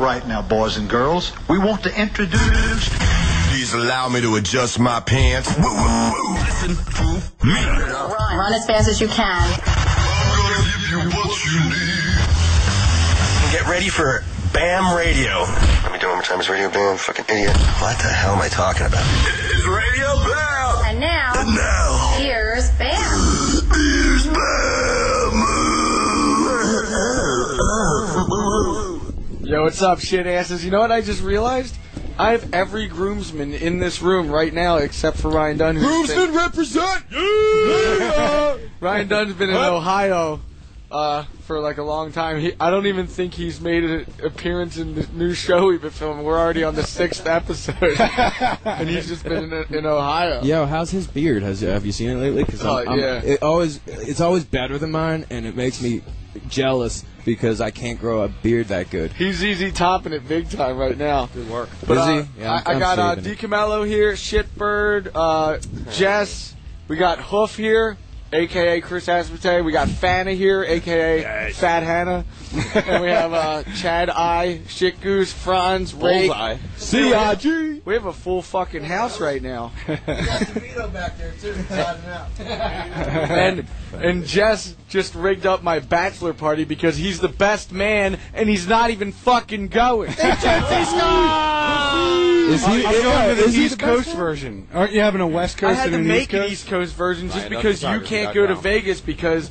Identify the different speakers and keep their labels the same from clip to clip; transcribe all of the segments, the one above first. Speaker 1: right now, boys and girls. We want to introduce.
Speaker 2: Please allow me to adjust my pants. Woo, woo, woo. Listen to me.
Speaker 3: Run, run as fast as you can.
Speaker 2: I'm gonna give you what you need.
Speaker 4: Get ready for BAM Radio.
Speaker 5: Let me do it one more time. It's Radio Bam. Fucking idiot.
Speaker 4: What the hell am I talking about?
Speaker 2: It's Radio Bam.
Speaker 3: And now,
Speaker 2: Now,
Speaker 3: here's Bam.
Speaker 2: here's Bam.
Speaker 6: Yo, what's up, shit asses? You know what I just realized? I have every groomsman in this room right now except for Ryan Dunn. who's been-
Speaker 2: represent you.
Speaker 6: Ryan Dunn's been in Ohio uh, for like a long time. He, I don't even think he's made an appearance in the new show we've been filming. We're already on the sixth episode, and he's just been in, in Ohio.
Speaker 7: Yo, how's his beard? Has have you seen it lately? Because
Speaker 6: Oh, yeah.
Speaker 7: it always it's always better than mine, and it makes me jealous because I can't grow a beard that good.
Speaker 6: He's easy topping it big time right now. Good work. But,
Speaker 7: Is he?
Speaker 6: uh,
Speaker 7: Yeah,
Speaker 6: I, I
Speaker 7: I'm
Speaker 6: got uh,
Speaker 7: saving it.
Speaker 6: DiCamello here, Shitbird, uh, Jess. We got Hoof here, a.k.a. Chris Asmate. We got Fanna here, a.k.a. Fat Hannah. and we have uh, Chad I, Shit Goose, Franz, Ray.
Speaker 7: Bullseye.
Speaker 6: C.I.G. We have a full fucking house right now. and and Jess just rigged up my bachelor party because he's the best man and he's not even fucking going.
Speaker 7: Is he?
Speaker 6: I'm going to the
Speaker 7: is he
Speaker 6: East
Speaker 7: the
Speaker 6: Coast
Speaker 7: best
Speaker 6: version.
Speaker 8: Aren't you having a West
Speaker 6: I
Speaker 8: Coast and
Speaker 6: had to
Speaker 8: an East
Speaker 6: make an
Speaker 8: Coast?
Speaker 6: East Coast version just
Speaker 7: Ryan, don't
Speaker 6: because you
Speaker 7: photography
Speaker 6: can't
Speaker 7: dot
Speaker 6: go to
Speaker 7: com.
Speaker 6: Vegas because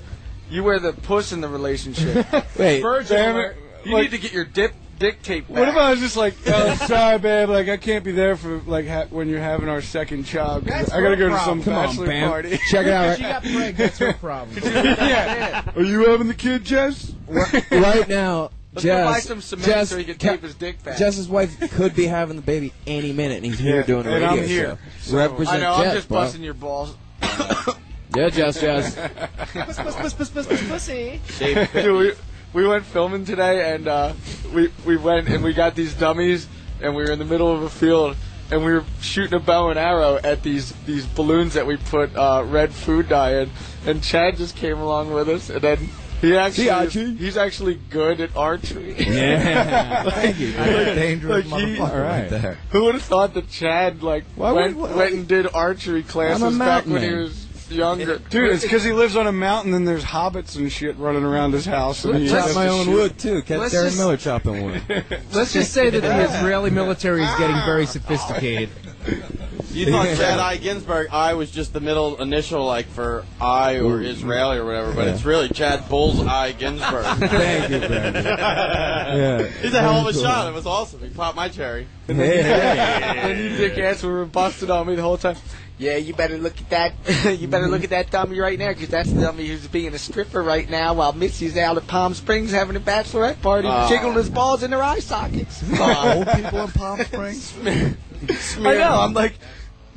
Speaker 6: you wear the puss in the relationship.
Speaker 7: Wait,
Speaker 6: Virgin,
Speaker 8: Damn
Speaker 6: alert.
Speaker 8: it.
Speaker 6: you
Speaker 8: Like-
Speaker 6: need to get your dip, dick tape back.
Speaker 8: What if I was just like, oh, sorry, babe, like I can't be there for like ha- when you're having our second child. 'cause I gotta go to some
Speaker 7: Come on,
Speaker 8: bachelor
Speaker 7: Bam.
Speaker 8: party.
Speaker 7: Check it out. Right,
Speaker 6: yeah.
Speaker 8: Are you having the kid, Jess?
Speaker 7: right now,
Speaker 6: Let's go
Speaker 7: Jess.
Speaker 6: buy some cement
Speaker 7: Jess,
Speaker 6: so he can
Speaker 7: Ca-
Speaker 6: tape his dick back.
Speaker 7: Jess's wife could be having the baby any minute, and he's here
Speaker 8: Yeah,
Speaker 7: doing a
Speaker 8: and
Speaker 7: radio
Speaker 8: I'm here,
Speaker 7: show. Represent
Speaker 6: I know,
Speaker 7: Jess,
Speaker 6: I'm just
Speaker 7: bro.
Speaker 6: busting your balls.
Speaker 7: Yeah, Jess, Jess.
Speaker 6: Dude, we, we went filming today, and uh, we we went and we got these dummies, and we were in the middle of a field, and we were shooting a bow and arrow at these these balloons that we put uh, red food dye in, and Chad just came along with us, and then. He actually,
Speaker 7: Archie?
Speaker 6: he's actually good at archery.
Speaker 7: Yeah. Thank you.
Speaker 6: Dangerous motherfucker.
Speaker 7: right there.
Speaker 6: Who would have thought that Chad like
Speaker 8: Why
Speaker 6: went,
Speaker 8: would- why-
Speaker 6: went and did archery classes back
Speaker 7: mountain
Speaker 6: when he
Speaker 7: man.
Speaker 6: was younger?
Speaker 8: Dude, it's because he lives on a mountain and there's hobbits and shit running around his house. And he
Speaker 7: Chop
Speaker 8: has
Speaker 7: my
Speaker 8: to
Speaker 7: own
Speaker 8: shoot.
Speaker 7: wood too. Catch
Speaker 9: Let's
Speaker 7: Darren
Speaker 9: just-
Speaker 7: Miller chopping wood.
Speaker 9: Let's just say that the Israeli military is getting very sophisticated.
Speaker 10: You thought Chad I. Ginsburg I was just the middle initial, like for I or Israeli or whatever, but it's really Chad Bullseye Ginsburg.
Speaker 7: Thank you, Brandon. Yeah.
Speaker 10: He's a hell of a shot. It was awesome. He popped my cherry.
Speaker 6: And you dick ass were busted on me the whole time. Yeah, you better look at that. you better look at that dummy right now, because that's the dummy who's being a stripper right now, while Missy's out at Palm Springs having a bachelorette party, jiggling his balls in her eye sockets.
Speaker 9: Old people in Palm Springs.
Speaker 6: I know. I'm like,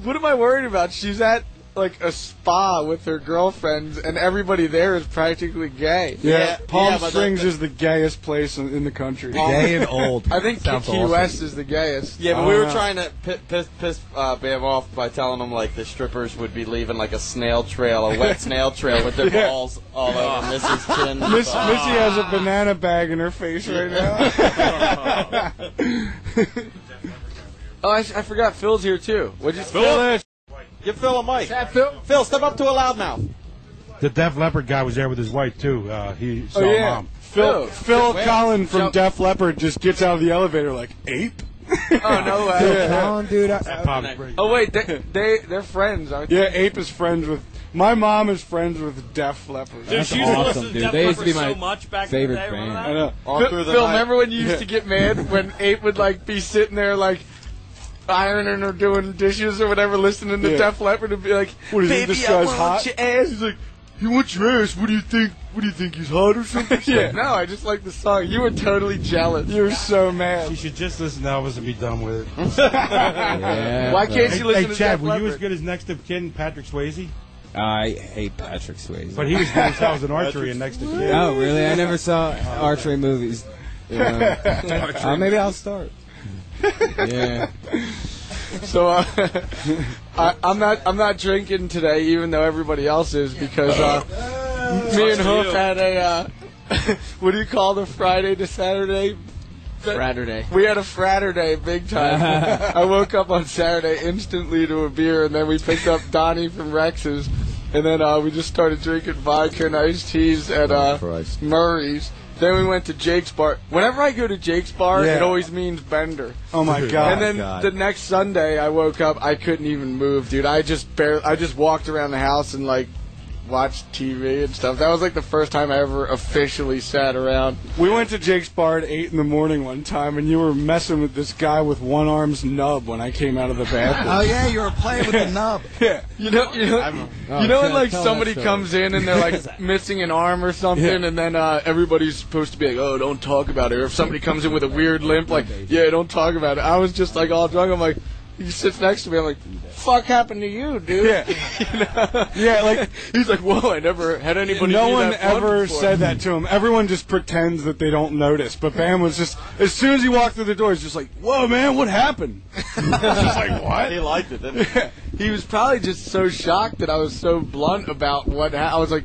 Speaker 6: what am I worried about? She's at like a spa with her girlfriends, and everybody there is practically gay.
Speaker 8: Yeah,
Speaker 10: Yeah,
Speaker 8: Palm
Speaker 10: yeah, but
Speaker 8: Springs
Speaker 10: the-
Speaker 8: is the gayest place in, in the country.
Speaker 7: Gay and old.
Speaker 6: I think Key
Speaker 7: Sounds awesome.
Speaker 6: West is the gayest.
Speaker 10: Yeah, but we
Speaker 11: Uh-huh.
Speaker 10: were
Speaker 8: Ah.
Speaker 10: trying to pi- piss piss uh, Bam off by telling him like the strippers would be leaving like a snail trail, a wet snail trail with their balls all over Missy's chin.
Speaker 8: Miss, Missy has a banana bag in her face right now.
Speaker 6: Oh, I, I forgot Phil's here too. What'd you?
Speaker 10: Phil, give Phil a mic. Phil, step up to a loudmouth.
Speaker 11: The Def Leppard guy was there with his wife too. Uh, he saw
Speaker 8: Oh yeah,
Speaker 11: mom.
Speaker 8: Phil
Speaker 6: Phil.
Speaker 8: Phil
Speaker 6: Where?
Speaker 8: Collin from
Speaker 6: Jump.
Speaker 8: Def Leppard just gets out of the elevator like ape.
Speaker 6: Oh no way.
Speaker 7: Come on, dude. I,
Speaker 11: Pop-
Speaker 6: Oh wait, they, they they're friends, aren't they?
Speaker 8: Yeah, Ape is friends with. My mom is friends with Def Leppard.
Speaker 7: That's awesome, dude. They used to be my favorite band.
Speaker 8: I know.
Speaker 10: All through the
Speaker 6: Phil,
Speaker 10: night.
Speaker 6: remember when you used to get mad when Ape would like be sitting there like ironing or doing dishes or whatever, listening to
Speaker 8: Yeah.
Speaker 6: Def Leppard and be like,
Speaker 8: What is he,
Speaker 6: "Baby,
Speaker 8: this
Speaker 6: I
Speaker 8: guy's
Speaker 6: want
Speaker 8: hot?"
Speaker 6: your ass." He's like, "You want your ass? What do you think?
Speaker 8: What do you think he's hot or something?
Speaker 6: Yeah.
Speaker 8: yeah,
Speaker 6: No, I just like the song. You were totally jealous.
Speaker 8: you're so
Speaker 11: You
Speaker 8: mad.
Speaker 11: should just listen to Elvis and be done with it.
Speaker 7: yeah,
Speaker 6: Why
Speaker 7: but-
Speaker 6: can't
Speaker 11: Hey,
Speaker 6: you listen
Speaker 11: hey,
Speaker 6: to
Speaker 11: Chad,
Speaker 6: Def
Speaker 11: were you as
Speaker 6: Leppard?
Speaker 11: good as next of kin Patrick Swayze?
Speaker 12: Uh,
Speaker 7: I hate Patrick Swayze.
Speaker 11: But he was good as hell in archery and next of kin.
Speaker 7: oh, really? I never saw archery movies. Yeah. Uh, maybe I'll start. yeah.
Speaker 6: So uh, I, I'm not I'm not drinking today, even though everybody else is, because uh, me and Hoof had a uh, what do you call the Friday to Saturday
Speaker 10: Fratter day.
Speaker 6: We had a fratter day, big time. I woke up on Saturday instantly to a beer, and then we picked up Donnie from Rex's, and then uh, we just started drinking vodka and iced teas at uh, Murray's. Then we went to Jake's bar. Whenever I go to Jake's bar,
Speaker 8: Yeah.
Speaker 6: it always means Bender.
Speaker 8: Oh, my God.
Speaker 6: And then
Speaker 8: God.
Speaker 6: the next Sunday, I woke up. I couldn't even move, dude. I just barely. I just walked around the house and like watched TV and stuff. That was like the first time I ever officially sat around.
Speaker 8: We went to Jake's bar at eight in the morning one time, and you were messing with this guy with one arm's nub when I came out of the bathroom.
Speaker 12: Oh yeah, you were playing with the nub.
Speaker 6: yeah, you know, you know,
Speaker 8: Oh,
Speaker 6: you know
Speaker 8: tell-
Speaker 6: when like
Speaker 8: tell
Speaker 6: somebody
Speaker 8: that story.
Speaker 6: comes in and they're like missing an arm or something,
Speaker 8: Yeah.
Speaker 6: and then uh, everybody's supposed to be like, "Oh, don't talk about it." Or if somebody comes in with a weird limp, like, "Yeah, don't talk about it." I was just like all drunk. I'm like, he sits next to me. I'm like, "Fuck happened to you, dude?" Yeah,
Speaker 8: yeah. Like
Speaker 6: he's like, "Whoa, I never had anybody."
Speaker 8: no
Speaker 6: do
Speaker 8: one
Speaker 6: that blunt
Speaker 8: ever
Speaker 6: before."
Speaker 8: said that to him. Everyone just pretends that they don't notice. But Bam was just as soon as he walked through the door, he's just like, "Whoa, man, what happened?" just like what?
Speaker 10: He liked it, didn't he?
Speaker 6: He was probably just so shocked that I was so blunt about what ha- I was like.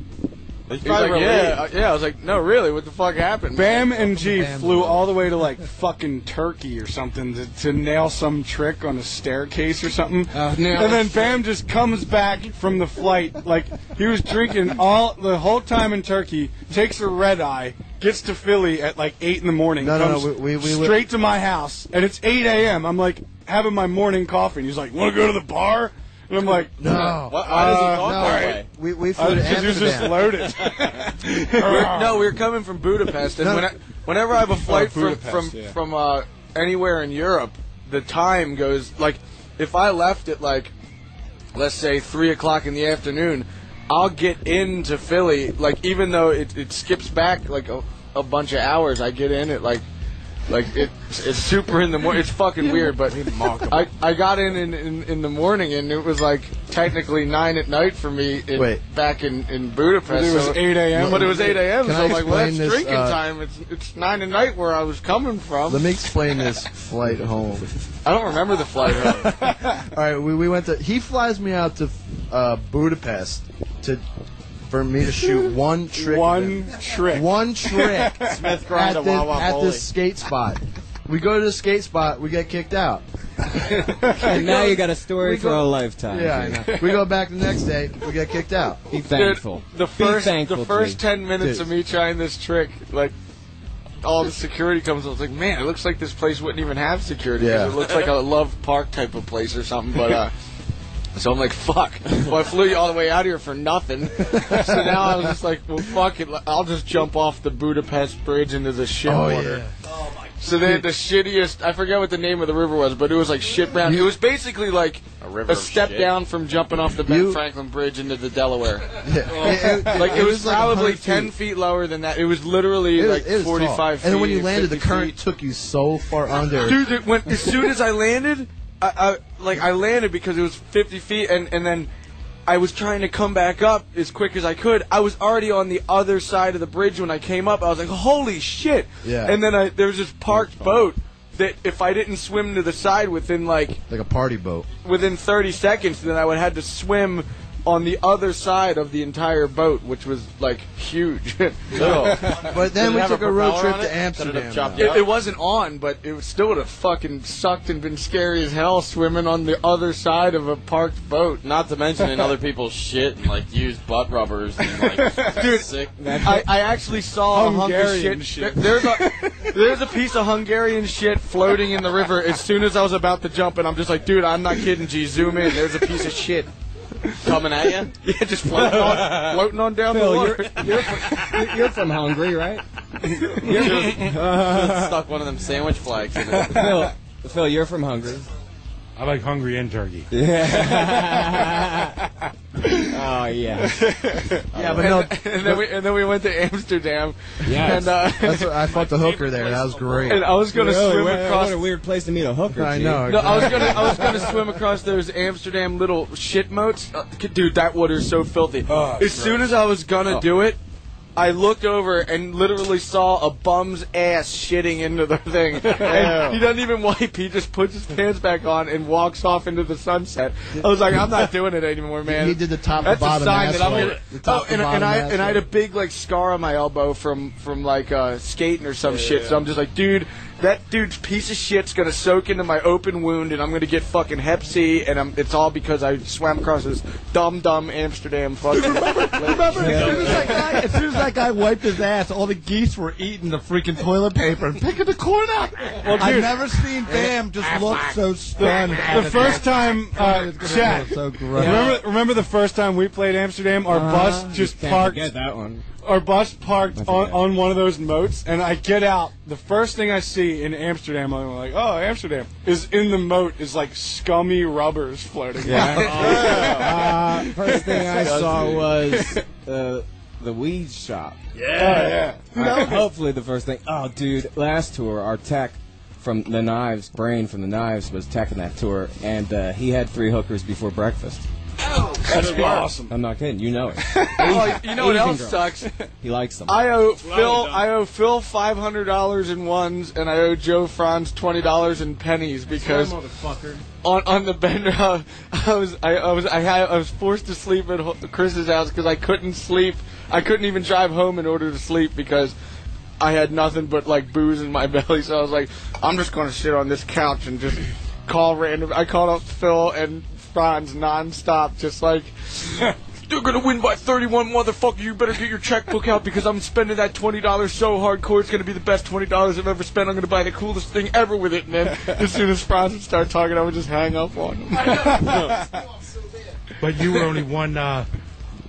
Speaker 6: He's
Speaker 8: probably
Speaker 6: like, yeah, uh,
Speaker 8: relieved.
Speaker 6: yeah. I was like, no, really, what the fuck happened?
Speaker 8: Bam
Speaker 6: man?"
Speaker 8: and G flew all the way to like fucking Turkey or something to, to nail some trick on a staircase or something.
Speaker 6: nail
Speaker 8: and
Speaker 6: a
Speaker 8: then Bam just comes back from the flight like he was drinking all the whole time in Turkey. Takes a red eye, gets to Philly at like eight in the morning.
Speaker 12: No, no, no,
Speaker 8: comes
Speaker 12: we- we- we-
Speaker 8: straight to my house, and it's eight a.m. I'm like having my morning coffee, and he's like, "Want to go to the bar?" And I'm like,
Speaker 12: No. Uh,
Speaker 8: What?
Speaker 10: Why does he talk
Speaker 12: no,
Speaker 10: that
Speaker 12: way? We- we flew to
Speaker 8: Because you're just
Speaker 12: Amsterdam.
Speaker 8: loaded.
Speaker 6: We're- no, we were coming from Budapest, and
Speaker 8: No.
Speaker 6: when I, whenever I have a flight from
Speaker 8: Oh. Budapest,
Speaker 6: from
Speaker 8: yeah.
Speaker 6: from uh, anywhere in Europe, the time goes like if I left at like let's say three o'clock in the afternoon, I'll get into Philly like even though it, it skips back like a, a bunch of hours, I get in at like. Like it's it's super in the morning. It's fucking weird, but I, I got in in, in in the morning and it was like technically nine at night for me. In,
Speaker 12: Wait.
Speaker 6: back in in Budapest.
Speaker 8: But it was
Speaker 6: So-
Speaker 8: 8 a.m..
Speaker 6: But it was 8 a.m.
Speaker 12: Can
Speaker 6: so
Speaker 12: I
Speaker 6: I'm like, well, that's
Speaker 12: explain this,
Speaker 6: drinking
Speaker 12: uh,
Speaker 6: time. It's it's nine at night where I was coming from.
Speaker 12: Let me explain this flight home.
Speaker 6: I don't remember the flight home.
Speaker 12: All right, we, we went to. He flies me out to uh, Budapest to for me to shoot one trick.
Speaker 8: One
Speaker 12: event.
Speaker 8: trick.
Speaker 12: One trick.
Speaker 10: Smith
Speaker 12: at,
Speaker 10: grind a
Speaker 12: the-
Speaker 10: Wawa
Speaker 12: at
Speaker 10: Foley.
Speaker 12: this skate spot. We go to the skate spot. We get kicked out.
Speaker 7: and now you got a
Speaker 12: We
Speaker 7: story
Speaker 12: go-
Speaker 7: for a lifetime.
Speaker 12: Yeah, I know. we go back the next day. We get kicked out.
Speaker 7: Be thankful.
Speaker 6: the
Speaker 7: Be
Speaker 6: first
Speaker 7: thankful
Speaker 6: the
Speaker 7: to
Speaker 6: first
Speaker 7: me.
Speaker 6: ten minutes
Speaker 12: Dude.
Speaker 6: of me trying this trick, like. All the security comes. I was like, man, it looks like this place wouldn't even have security. 'cause
Speaker 12: Yeah.
Speaker 6: It looks like a Love Park type of place or something. But uh, so I'm like, fuck. Well, I flew you all the way out here for nothing. so now I was just like, well, fuck it. I'll just jump off the Budapest Bridge into the shit
Speaker 12: Oh
Speaker 6: water.
Speaker 12: yeah.
Speaker 6: So they had the shittiest. I forget what the name of the river was, but it was like shit brown. It was basically like a,
Speaker 10: river of
Speaker 6: step
Speaker 10: shit.
Speaker 6: down from jumping off the Ben
Speaker 12: You-
Speaker 6: Franklin Bridge into the Delaware.
Speaker 12: Yeah. It- it-
Speaker 6: Like it, was,
Speaker 12: like
Speaker 6: probably
Speaker 12: 100 feet.
Speaker 6: ten feet lower than that. It was literally
Speaker 12: It was-
Speaker 6: like
Speaker 12: it was tall.
Speaker 6: forty-five. feet.
Speaker 12: And then when you landed, the
Speaker 6: 50
Speaker 12: current
Speaker 6: feet.
Speaker 12: took you so far under.
Speaker 6: Dude, it went, as soon as I landed, I, I like I landed because it was fifty feet, and and then. I was trying to come back up as quick as I could. I was already on the other side of the bridge when I came up. I was like, "Holy shit!"
Speaker 12: Yeah.
Speaker 6: And then I, there was this parked boat that if I didn't swim to the side within like
Speaker 12: like a party boat.
Speaker 6: within 30 seconds, then I would have to swim on the other side of the entire boat, which was like huge. it,
Speaker 12: But then
Speaker 10: Did it
Speaker 12: we
Speaker 10: have
Speaker 12: took
Speaker 10: a
Speaker 12: a road
Speaker 10: propeller
Speaker 12: trip
Speaker 10: on it?
Speaker 12: to
Speaker 10: That it'd have
Speaker 12: Amsterdam.
Speaker 10: chopped
Speaker 12: though.
Speaker 10: you up?
Speaker 6: it wasn't on, but it would still would have fucking sucked and been scary as hell swimming on the other side of a parked boat.
Speaker 10: Not to mention in other people's shit and like used butt rubbers and like
Speaker 6: Dude,
Speaker 10: sick.
Speaker 6: I, I actually saw a hunk of
Speaker 8: Hungarian shit.
Speaker 6: shit. There- There's a there's a piece of Hungarian shit floating in the river. As soon as I was about to jump, and I'm just like, dude, I'm not kidding. G, zoom in. There's a piece of shit
Speaker 10: coming at you.
Speaker 6: yeah, just floating on, floating on down the
Speaker 7: Phil,
Speaker 6: water.
Speaker 7: you're, you're, from, you're from Hungary, right?
Speaker 10: Stuck one of them sandwich flags in it.
Speaker 7: Phil, Phil, you're from Hungary.
Speaker 11: I like hungry and turkey.
Speaker 7: Oh yeah.
Speaker 12: Yeah, but no,
Speaker 6: Uh, and then we and then we went to Amsterdam.
Speaker 7: Yes.
Speaker 6: And uh,
Speaker 12: that's what, I fought the hooker there. That was great.
Speaker 6: and I was gonna
Speaker 7: Really,
Speaker 6: swim
Speaker 7: what,
Speaker 6: across.
Speaker 7: what a weird place to meet a hooker.
Speaker 12: I
Speaker 7: G.
Speaker 12: know.
Speaker 6: no, I was gonna I was gonna swim across those Amsterdam little shit moats. Uh, dude, that water's so filthy. as soon as I was gonna do it. I looked over and literally saw a bum's ass shitting into the thing. And he doesn't even wipe. He just puts his pants back on and walks off into the sunset. I was like, I'm not doing it anymore, man.
Speaker 12: He did the top to
Speaker 6: That's
Speaker 12: bottom
Speaker 6: a sign that I'm
Speaker 12: asshole.
Speaker 6: gonna.
Speaker 12: The top
Speaker 6: Oh,
Speaker 12: to
Speaker 6: and,
Speaker 12: bottom
Speaker 6: and I and I had a
Speaker 12: asshole.
Speaker 6: big like scar on my elbow from from like uh, skating or some shit. So I'm just like, dude, that dude's piece of shit's gonna soak into my open wound, and I'm gonna get fucking Hep C, and I'm, it's all because I swam across this dumb, dumb Amsterdam fucking.
Speaker 13: Remember, as, soon as, that guy, as soon as that guy wiped his ass, all the geese were eating the freaking toilet paper and picking the corn up.
Speaker 8: Well,
Speaker 13: I've
Speaker 8: dude-
Speaker 13: never seen Bam just look so stunned.
Speaker 8: The, the first time,
Speaker 13: God,
Speaker 8: uh,
Speaker 13: it's gonna
Speaker 8: Chad.
Speaker 13: feel so gross.
Speaker 8: remember, remember the first time we played Amsterdam? Our
Speaker 7: Uh,
Speaker 8: bus just
Speaker 7: can't
Speaker 8: parked.
Speaker 7: forget that one.
Speaker 8: Our bus parked on, on one of those moats, and I get out. The first thing I see in Amsterdam, I'm like, "Oh, Amsterdam!" Is in the moat is like scummy rubbers floating.
Speaker 7: Yeah. uh, first thing I saw
Speaker 8: Disgusting.
Speaker 7: was uh, the weed shop.
Speaker 12: Oh,
Speaker 8: Yeah.
Speaker 7: Uh, hopefully, the first thing. Oh, dude, last tour, our tech from the Knives, Brain from the Knives, was teching that tour, and uh, he had three hookers before breakfast.
Speaker 12: Oh.
Speaker 6: That's awesome.
Speaker 7: I'm not kidding. You know it.
Speaker 6: Oh, you know what
Speaker 7: Asian
Speaker 6: else
Speaker 7: girls.
Speaker 6: sucks?
Speaker 7: He likes them.
Speaker 6: I owe
Speaker 7: Well,
Speaker 6: Phil.
Speaker 7: you
Speaker 6: I owe Phil five hundred dollars in ones, and I owe Joe Franz twenty dollars in pennies because
Speaker 9: motherfucker.
Speaker 6: on on the bender, I, I was I, I was I, had, I was forced to sleep at ho- Chris's house because I couldn't sleep. I couldn't even drive home in order to sleep because I had nothing but like booze in my belly. So I was like, I'm just gonna sit on this couch and just call random. I called up Phil and Franz nonstop, just like. They're gonna win by 31, motherfucker. You better get your checkbook out because I'm spending that twenty dollars so hardcore. It's gonna be the best twenty dollars I've ever spent. I'm gonna buy the coolest thing ever with it. And then as soon as Franz would start talking, I would just hang up on him.
Speaker 11: But you were only one uh,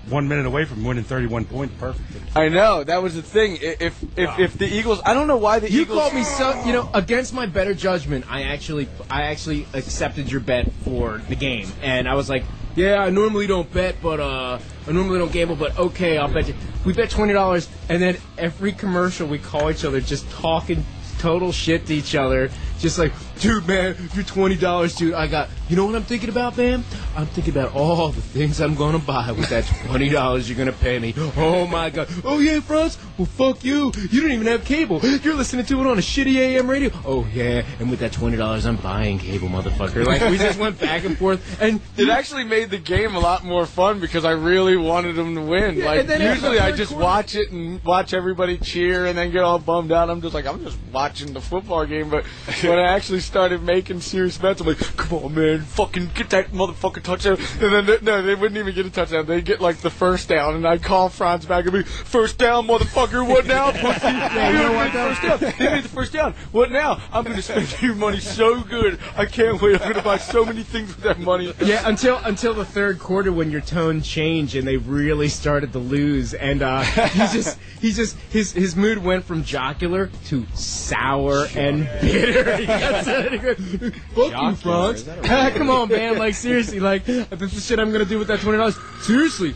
Speaker 11: one minute away from winning 31 points perfectly.
Speaker 6: I know that was the thing. I- If if if the Eagles, I don't know why the
Speaker 9: you
Speaker 6: Eagles.
Speaker 9: called me so. You know, against my better judgment, I actually, I actually accepted your bet for the game, and I was like, yeah, I normally don't bet, but uh, I normally don't gamble, but okay, I'll bet you. We bet twenty dollars, and then every commercial we call each other, just talking total shit to each other, just like, dude, man, you're twenty dollars, dude. I got. You know what I'm thinking about, man? I'm thinking about all the things I'm gonna buy with that twenty dollars you're gonna pay me. Oh my god. Oh yeah, Franz. Well, fuck you. You don't even have cable. You're listening to it on a shitty AM radio. Oh yeah. And with that twenty dollars, I'm buying cable, motherfucker. Like we just went back and forth, and
Speaker 6: It actually made the game a lot more fun because I really wanted them to win.
Speaker 9: Yeah,
Speaker 6: like
Speaker 9: and then after
Speaker 6: usually
Speaker 9: the
Speaker 6: I
Speaker 9: third
Speaker 6: just
Speaker 9: quarter-
Speaker 6: watch it and watch everybody cheer and then get all bummed out. I'm just like I'm just watching the football game. But when I actually started making serious bets, I'm like, come on, man, fucking get that motherfucking touchdown. And then they, no, they wouldn't even get a touchdown. They get like the first down, and I call Franz back and be first down, motherfucker. What now, pussy? you know what? First down. They made the first down. What now? I'm gonna spend your money so good. I can't wait. I'm gonna buy so many things with that money.
Speaker 9: Yeah, until until the third quarter when your tone changed and they really started to lose, and uh, he just he just his his mood went from jocular to sour and bitter. He got so angry. Fuck you,
Speaker 13: Jocular,
Speaker 9: Franz.
Speaker 13: is that a word?
Speaker 9: Come on, man. Like seriously, like this is shit I'm gonna do with that twenty dollars. Seriously,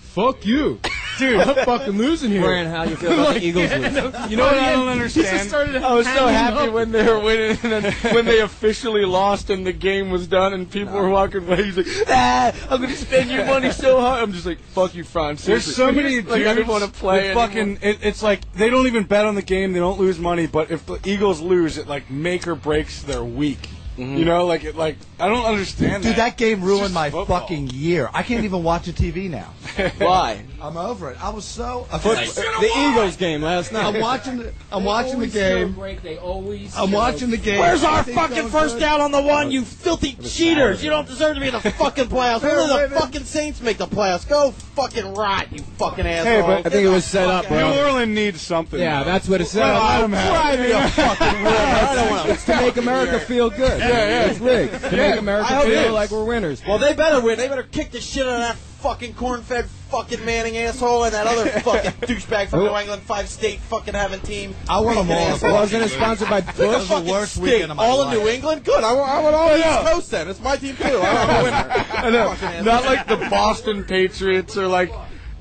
Speaker 9: fuck you. Dude, I'm fucking losing here. Oh,
Speaker 7: Brian, how you feel about the Eagles
Speaker 9: yeah,
Speaker 7: losing?
Speaker 9: no, you know what
Speaker 6: I don't
Speaker 9: He just
Speaker 6: understand.
Speaker 9: started
Speaker 6: I was so
Speaker 9: hamming
Speaker 6: happy
Speaker 9: up.
Speaker 6: when they were winning, and then when they officially lost and the game was done, and people were walking away. He's like, "Ah, I'm gonna spend your money so hard." I'm just like, "Fuck you, Franz."
Speaker 8: There's so many
Speaker 6: like, I don't
Speaker 8: dudes
Speaker 6: want to play
Speaker 8: that
Speaker 6: anymore.
Speaker 8: fucking. It, it's like they don't even bet on the game. They don't lose money, but if the Eagles lose, it like make or breaks their week.
Speaker 6: Mm-hmm.
Speaker 8: You know, like it, like I don't understand.
Speaker 13: Dude, that game ruined my
Speaker 8: football.
Speaker 13: fucking year. I can't even watch a TV now.
Speaker 8: Why?
Speaker 13: I'm over it. I was so.
Speaker 12: The Eagles game last night.
Speaker 13: I'm watching. The, I'm
Speaker 12: They
Speaker 13: watching the
Speaker 12: always
Speaker 13: game.
Speaker 9: Break, they always
Speaker 13: I'm watching the game.
Speaker 12: Where's our
Speaker 13: Everything's
Speaker 12: fucking
Speaker 13: going
Speaker 12: first
Speaker 13: good.
Speaker 12: down on the one, you filthy cheaters? You don't deserve to be in the fucking playoffs.
Speaker 13: Fair
Speaker 12: Only
Speaker 13: way,
Speaker 12: the fucking Saints make the playoffs. Go fucking rot, you fucking asshole.
Speaker 8: Hey, but
Speaker 12: Get
Speaker 8: think
Speaker 12: the
Speaker 8: it was
Speaker 7: set up,
Speaker 12: fuck
Speaker 7: bro.
Speaker 8: New Orleans needs something.
Speaker 7: Yeah,
Speaker 8: though.
Speaker 7: that's what it said.
Speaker 8: Let them have it.
Speaker 7: It's to make America feel good.
Speaker 12: Yeah, yeah.
Speaker 7: It's rigged. To
Speaker 12: Yeah.
Speaker 7: make America
Speaker 12: I hope it
Speaker 7: feel
Speaker 12: is.
Speaker 7: like we're winners.
Speaker 12: Well, they better win. They better kick the shit out of that fucking corn-fed fucking Manning asshole and that other fucking douchebag from
Speaker 7: Who-
Speaker 12: New England five state fucking having team.
Speaker 13: I want 'em
Speaker 12: Freaking
Speaker 13: all.
Speaker 12: asshole.
Speaker 13: Wasn't it sponsored by
Speaker 12: Pick a
Speaker 13: Bush?
Speaker 12: fucking
Speaker 13: The worst
Speaker 12: state.
Speaker 13: weekend of my
Speaker 12: all
Speaker 13: life.
Speaker 12: in New England. Good. I want. I want all
Speaker 6: Yeah.
Speaker 12: East Coast. Then it's my team too. I want a winner.
Speaker 6: I know, not like the Boston Patriots or like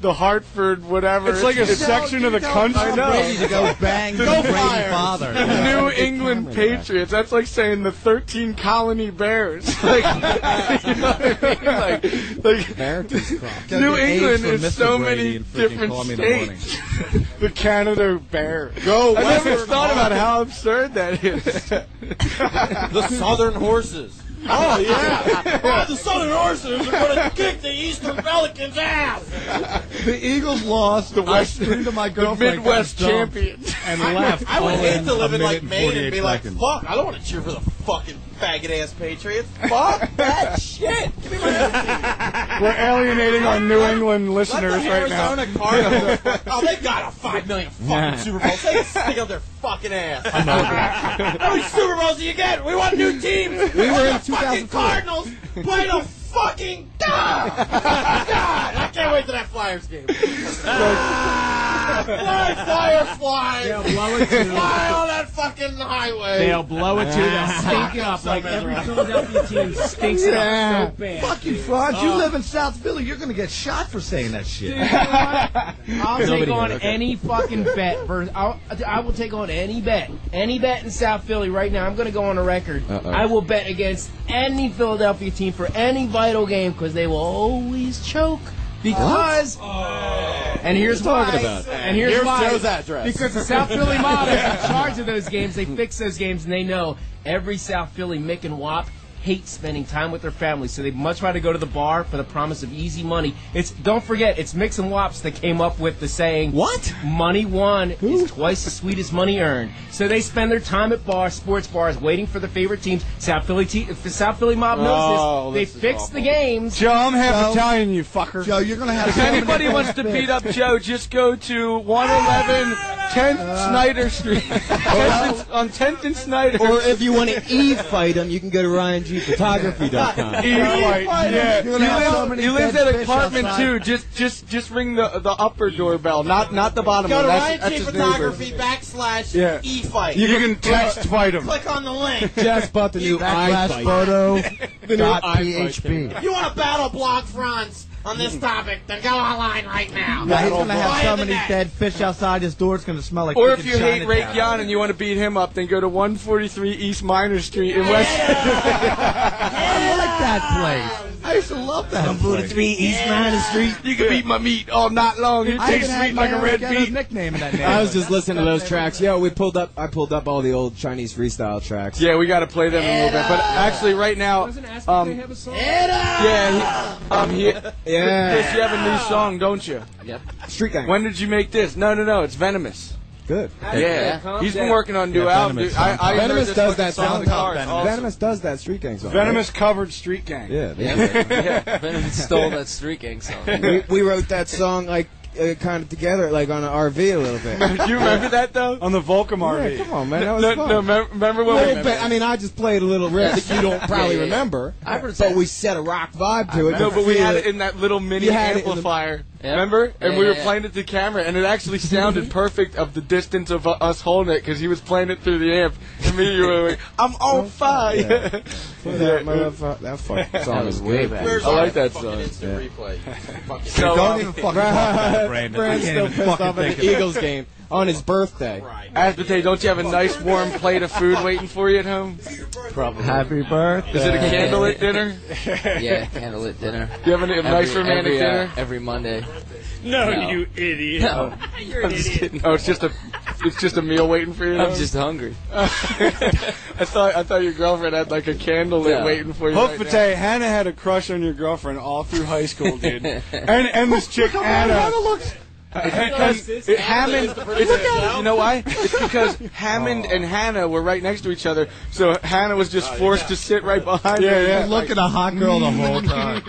Speaker 6: the Hartford, whatever.
Speaker 8: It's like a
Speaker 6: just-
Speaker 8: section of the country.
Speaker 6: I know.
Speaker 13: Brady to go bang
Speaker 6: Go
Speaker 13: the Brady
Speaker 6: Flyers.
Speaker 13: father.
Speaker 6: The New England Patriots. That's like saying the 13 Colony Bears. Like, you know what I mean? Like, like
Speaker 13: Got
Speaker 6: New
Speaker 13: the A's
Speaker 6: England
Speaker 13: from
Speaker 6: is
Speaker 13: Mr.
Speaker 6: so
Speaker 13: Brady
Speaker 6: many
Speaker 13: and freaking
Speaker 6: different
Speaker 13: call me in the morning.
Speaker 6: states. Oh, The Canada Bear.
Speaker 12: Go
Speaker 6: I never
Speaker 12: Western
Speaker 6: thought about
Speaker 12: Hawks.
Speaker 6: how absurd that is.
Speaker 12: the Southern Horses.
Speaker 8: Oh, yeah. oh, the Southern Oysters are going to kick the Eastern Pelicans' ass.
Speaker 14: The Eagles lost. The West, I screamed to my girlfriend,
Speaker 8: Midwest
Speaker 14: "That's dumb,"
Speaker 8: champions.
Speaker 14: and
Speaker 3: I-
Speaker 14: left.
Speaker 3: I would
Speaker 14: all
Speaker 3: hate
Speaker 14: in
Speaker 3: to live
Speaker 14: a
Speaker 3: in like
Speaker 14: minute
Speaker 3: Maine and be
Speaker 14: 48
Speaker 3: like,
Speaker 14: seconds.
Speaker 3: "Fuck, I don't want to cheer for the fucking faggot ass Patriots. Fuck that shit." Give me my
Speaker 6: We're alienating our New England
Speaker 3: Let the
Speaker 6: listeners right now.
Speaker 3: Arizona Cardinals. oh, they got a five million fucking
Speaker 6: Nah.
Speaker 3: Super Bowls. They can stick up their fucking ass.
Speaker 8: How many Super Bowls do you get? We want new teams.
Speaker 3: We were
Speaker 8: the
Speaker 3: in
Speaker 8: fucking
Speaker 3: 2004.
Speaker 8: Cardinals play the fucking God. God, I can't wait to that Flyers game. Fly, Flyers, fly.
Speaker 9: They'll blow it too.
Speaker 8: Fly on that fucking highway.
Speaker 9: They'll blow it too. They'll
Speaker 14: Ah.
Speaker 9: stink it up like every Philadelphia team stinks it up so bad.
Speaker 2: Fuck you,
Speaker 9: dude.
Speaker 2: Franz. You
Speaker 9: Oh.
Speaker 2: live in South Philly. You're going to get shot for saying that shit.
Speaker 9: Dude, you know what? I'll
Speaker 2: Nobody
Speaker 9: take on
Speaker 2: here, okay.
Speaker 9: any fucking bet. Versus, I'll, I will take on any bet. Any bet in South Philly right now. I'm going to go on a record.
Speaker 7: Uh-oh.
Speaker 9: I will bet against any Philadelphia team for any vital game because they will always choke. Because and here's
Speaker 14: Oh. What are you
Speaker 9: why.
Speaker 14: talking about?
Speaker 9: And here's,
Speaker 14: Here's
Speaker 9: why.
Speaker 14: Joe's address.
Speaker 9: Because the South Philly mob is in charge of those games. They fix those games, and they know every South Philly Mick and Wop hate spending time with their families, so they much rather go to the bar for the promise of easy money. It's don't forget, it's Mix and Wops that came up with the saying. What? Money won is twice as sweet as money earned. So they spend their time at bars, sports bars, waiting for their favorite teams. South Philly, te- if the South Philly mob knows
Speaker 6: Oh,
Speaker 9: this.
Speaker 6: this
Speaker 9: They
Speaker 6: is
Speaker 9: fix the games.
Speaker 6: Joe, I'm half Italian, you fucker. Joe,
Speaker 2: you're gonna have.
Speaker 6: If anybody wants to beat up Joe, just go to 111 10th Snyder Street 10th and- on 10th and Snyder.
Speaker 15: Or if you want to Eve fight him, you can go to RyanGPhotography.com.
Speaker 6: Eve White, yeah.
Speaker 14: You're
Speaker 6: You
Speaker 14: gonna have
Speaker 6: live,
Speaker 14: so many
Speaker 6: you live
Speaker 14: dead
Speaker 6: that
Speaker 14: fish
Speaker 6: apartment
Speaker 14: outside.
Speaker 6: too. Just, just, just ring the the upper doorbell, not not the bottom.
Speaker 3: Go
Speaker 6: one.
Speaker 3: to
Speaker 6: That's-
Speaker 3: Ryan
Speaker 6: that's
Speaker 3: G
Speaker 6: his neighbor.
Speaker 3: Photography backslash
Speaker 6: Yeah.
Speaker 3: e fight.
Speaker 6: You can text fight 'em.
Speaker 3: Click on the link.
Speaker 2: Just bought the new
Speaker 3: Backslash
Speaker 2: iFight.
Speaker 3: photo
Speaker 2: The new dot iFight.
Speaker 3: PHP.
Speaker 8: If you want to battle block fronts on
Speaker 6: Hmm.
Speaker 8: this topic, then go online right now.
Speaker 2: Yeah, he's going to
Speaker 8: Fly
Speaker 2: have
Speaker 8: in
Speaker 2: so
Speaker 8: the
Speaker 2: many
Speaker 8: net.
Speaker 2: dead fish outside his door. It's going to smell like.
Speaker 6: Or if
Speaker 2: freaking
Speaker 6: you hate Ray
Speaker 2: Chinatown.
Speaker 6: Yan and you want to beat him up, then go to 143 East Minor Street in West.
Speaker 2: I like that place. I used to love that.
Speaker 6: Number
Speaker 2: place.
Speaker 6: three, East Minor Street. You can eat my meat all night long. It
Speaker 2: I even
Speaker 6: tastes
Speaker 2: had
Speaker 6: sweet like
Speaker 2: my
Speaker 6: a
Speaker 2: own
Speaker 6: red
Speaker 2: ghetto
Speaker 6: meat.
Speaker 2: nickname in that
Speaker 7: I was just listening to those tracks. Yo, we pulled up. I pulled up all the old Chinese freestyle tracks.
Speaker 6: Yeah, we got to play them in a little bit. But actually, right now, um, yeah, he, um, he,
Speaker 7: Yeah.
Speaker 6: Chris, you have a new song, don't you?
Speaker 7: Yep. Street gang.
Speaker 6: When did you make this? No, no, no. It's Venomous.
Speaker 7: Good.
Speaker 6: Yeah, he's been working on new album. dude. I, I heard
Speaker 7: Venomous
Speaker 6: this
Speaker 7: does
Speaker 6: fucking
Speaker 7: that
Speaker 6: song
Speaker 7: song.
Speaker 6: on Cars also.
Speaker 7: Venomous does that street gang song.
Speaker 6: Venomous
Speaker 7: right?
Speaker 6: covered Street Gang.
Speaker 7: Yeah, they
Speaker 16: Yeah,
Speaker 7: did.
Speaker 16: yeah. Venom stole that Street Gang song.
Speaker 7: we, we wrote that song like uh, kind of together, like on an RV a little bit.
Speaker 6: Do you remember that though? On the Volcom RV.
Speaker 7: Yeah, come on, man. That was
Speaker 6: no,
Speaker 7: fun.
Speaker 6: no, mem- remember when
Speaker 7: Little
Speaker 6: we?
Speaker 7: bit. I mean, I just played a little riff that you don't probably
Speaker 6: Yeah, yeah, yeah.
Speaker 7: remember, but we set a rock vibe to it.
Speaker 6: No, but we
Speaker 7: Yeah.
Speaker 6: had it in that little mini
Speaker 7: You had it in the-
Speaker 6: amplifier. Remember? And
Speaker 7: Yeah,
Speaker 6: we were
Speaker 7: yeah, yeah.
Speaker 6: playing it to camera, and it actually
Speaker 7: Mm-hmm.
Speaker 6: sounded perfect of the distance of uh, us holding it because he was playing it through the amp. And me, you were like, I'm on fire.
Speaker 7: Yeah. Put
Speaker 6: Yeah.
Speaker 7: that motherfucker. That fucking song
Speaker 6: That
Speaker 7: is
Speaker 6: was way
Speaker 7: good.
Speaker 6: back.
Speaker 7: dude.
Speaker 6: Where's I like that song.
Speaker 3: Instant replay. Fucking-
Speaker 7: So,
Speaker 3: Don't
Speaker 7: um,
Speaker 3: even fucking
Speaker 7: Brad-
Speaker 3: talk about it,
Speaker 7: Brand's
Speaker 3: Brandon. I can't
Speaker 7: still
Speaker 3: even
Speaker 7: pissed
Speaker 3: fucking
Speaker 7: off at
Speaker 3: think
Speaker 7: the
Speaker 3: about it.
Speaker 7: Eagles game on his birthday.
Speaker 6: Aspartate, don't you have a nice warm plate of food waiting for you at home?
Speaker 16: Probably.
Speaker 2: Happy birthday.
Speaker 6: Is it a candlelit dinner?
Speaker 16: yeah, candlelit dinner.
Speaker 6: Do you have any- a nice romantic
Speaker 16: every, uh,
Speaker 6: dinner?
Speaker 16: every Monday.
Speaker 8: No,
Speaker 16: No.
Speaker 8: you idiot.
Speaker 16: No.
Speaker 8: You're an idiot.
Speaker 6: Oh, it's just a, it's just a meal waiting for you.
Speaker 16: I'm
Speaker 6: though?
Speaker 16: just hungry.
Speaker 6: I thought I thought your girlfriend had like a candlelit
Speaker 16: Yeah.
Speaker 6: waiting for you. Hope right for now. day. Hannah had a crush on your girlfriend all through high school, dude. and and this chick
Speaker 14: Come on,
Speaker 6: Anna.
Speaker 14: Hannah
Speaker 6: looks.
Speaker 14: Because
Speaker 6: it, Hammond, it's, you know why? It's because Hammond and Hannah were right next to each other, so Hannah was
Speaker 8: Oh,
Speaker 6: just forced to sit right behind
Speaker 14: Yeah,
Speaker 6: her.
Speaker 14: yeah.
Speaker 6: and,
Speaker 14: Look
Speaker 6: like-
Speaker 14: at a hot girl the whole time.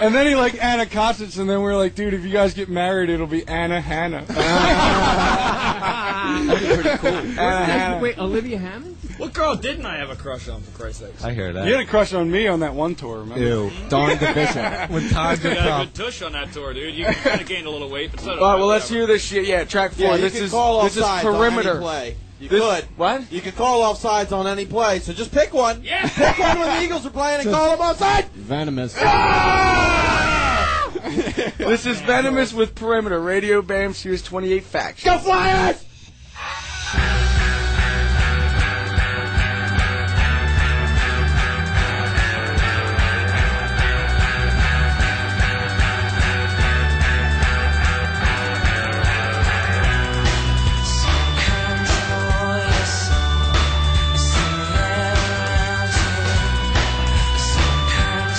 Speaker 6: and then he like Anna Kotsitz, and then we are like, dude, if you guys get married, it'll be Anna Hannah. Anna Hannah.
Speaker 9: Wait, Olivia Hammond?
Speaker 8: What girl didn't I have a crush on, for Christ's sake?
Speaker 6: I hear
Speaker 8: that.
Speaker 6: You had a crush on me on that one tour, remember?
Speaker 8: Ew. Don DeBishop.
Speaker 6: With
Speaker 8: You
Speaker 6: Todd
Speaker 8: got a
Speaker 6: DeBishop.
Speaker 8: good tush on that tour, dude. You kind of gained a little weight, but so
Speaker 6: All
Speaker 8: did
Speaker 6: right,
Speaker 8: I.
Speaker 6: well, let's hear this shit. Yeah, track four.
Speaker 3: Yeah, you
Speaker 6: this
Speaker 3: could
Speaker 6: is
Speaker 3: call
Speaker 6: this is
Speaker 3: offsides on any
Speaker 6: perimeter.
Speaker 3: play. You
Speaker 6: This-
Speaker 3: could.
Speaker 6: What?
Speaker 3: You could call offsides on any play, so just pick one. Yeah. Pick one when the Eagles are playing and
Speaker 7: Just-
Speaker 3: call them offside.
Speaker 7: Venomous.
Speaker 6: Ah! This is Venomous with Perimeter. Radio Bam Series 28 Facts.
Speaker 8: Go Flyers!
Speaker 17: Sometimes voice, somewhere around you.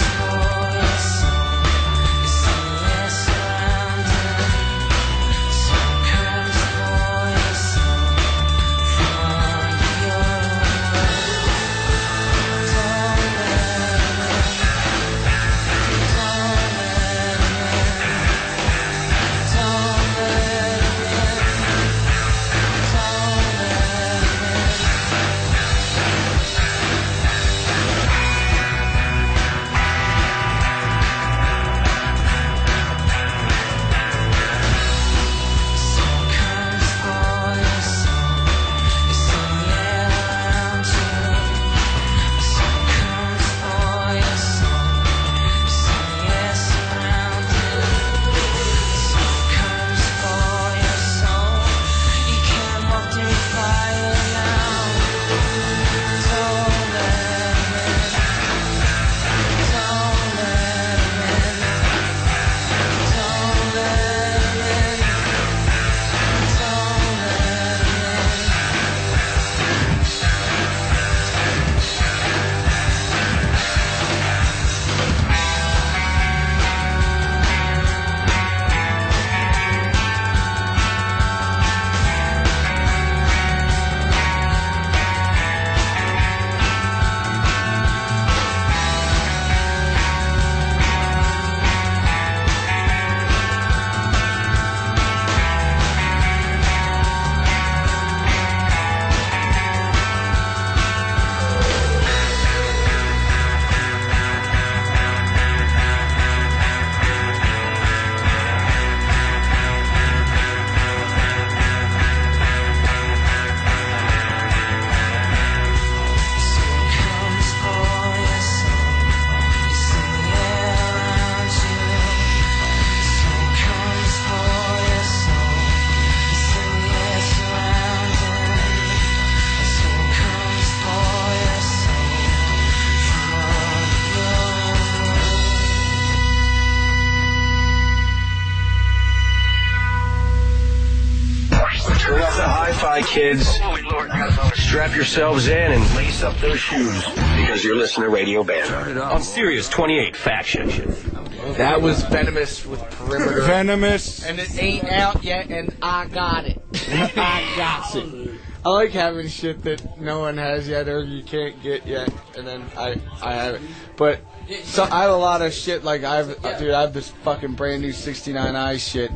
Speaker 4: kids. Strap yourselves in and lace up those shoes because you're listening to Radio Banner on Sirius 28 Faction.
Speaker 17: That was venomous with perimeter.
Speaker 8: Venomous.
Speaker 17: And it ain't out yet, and I got it. I got it.
Speaker 6: I like having shit that no one has yet or you can't get yet, and then I I have it. But so I have a lot of shit like I've dude I have this fucking brand new 69i shit.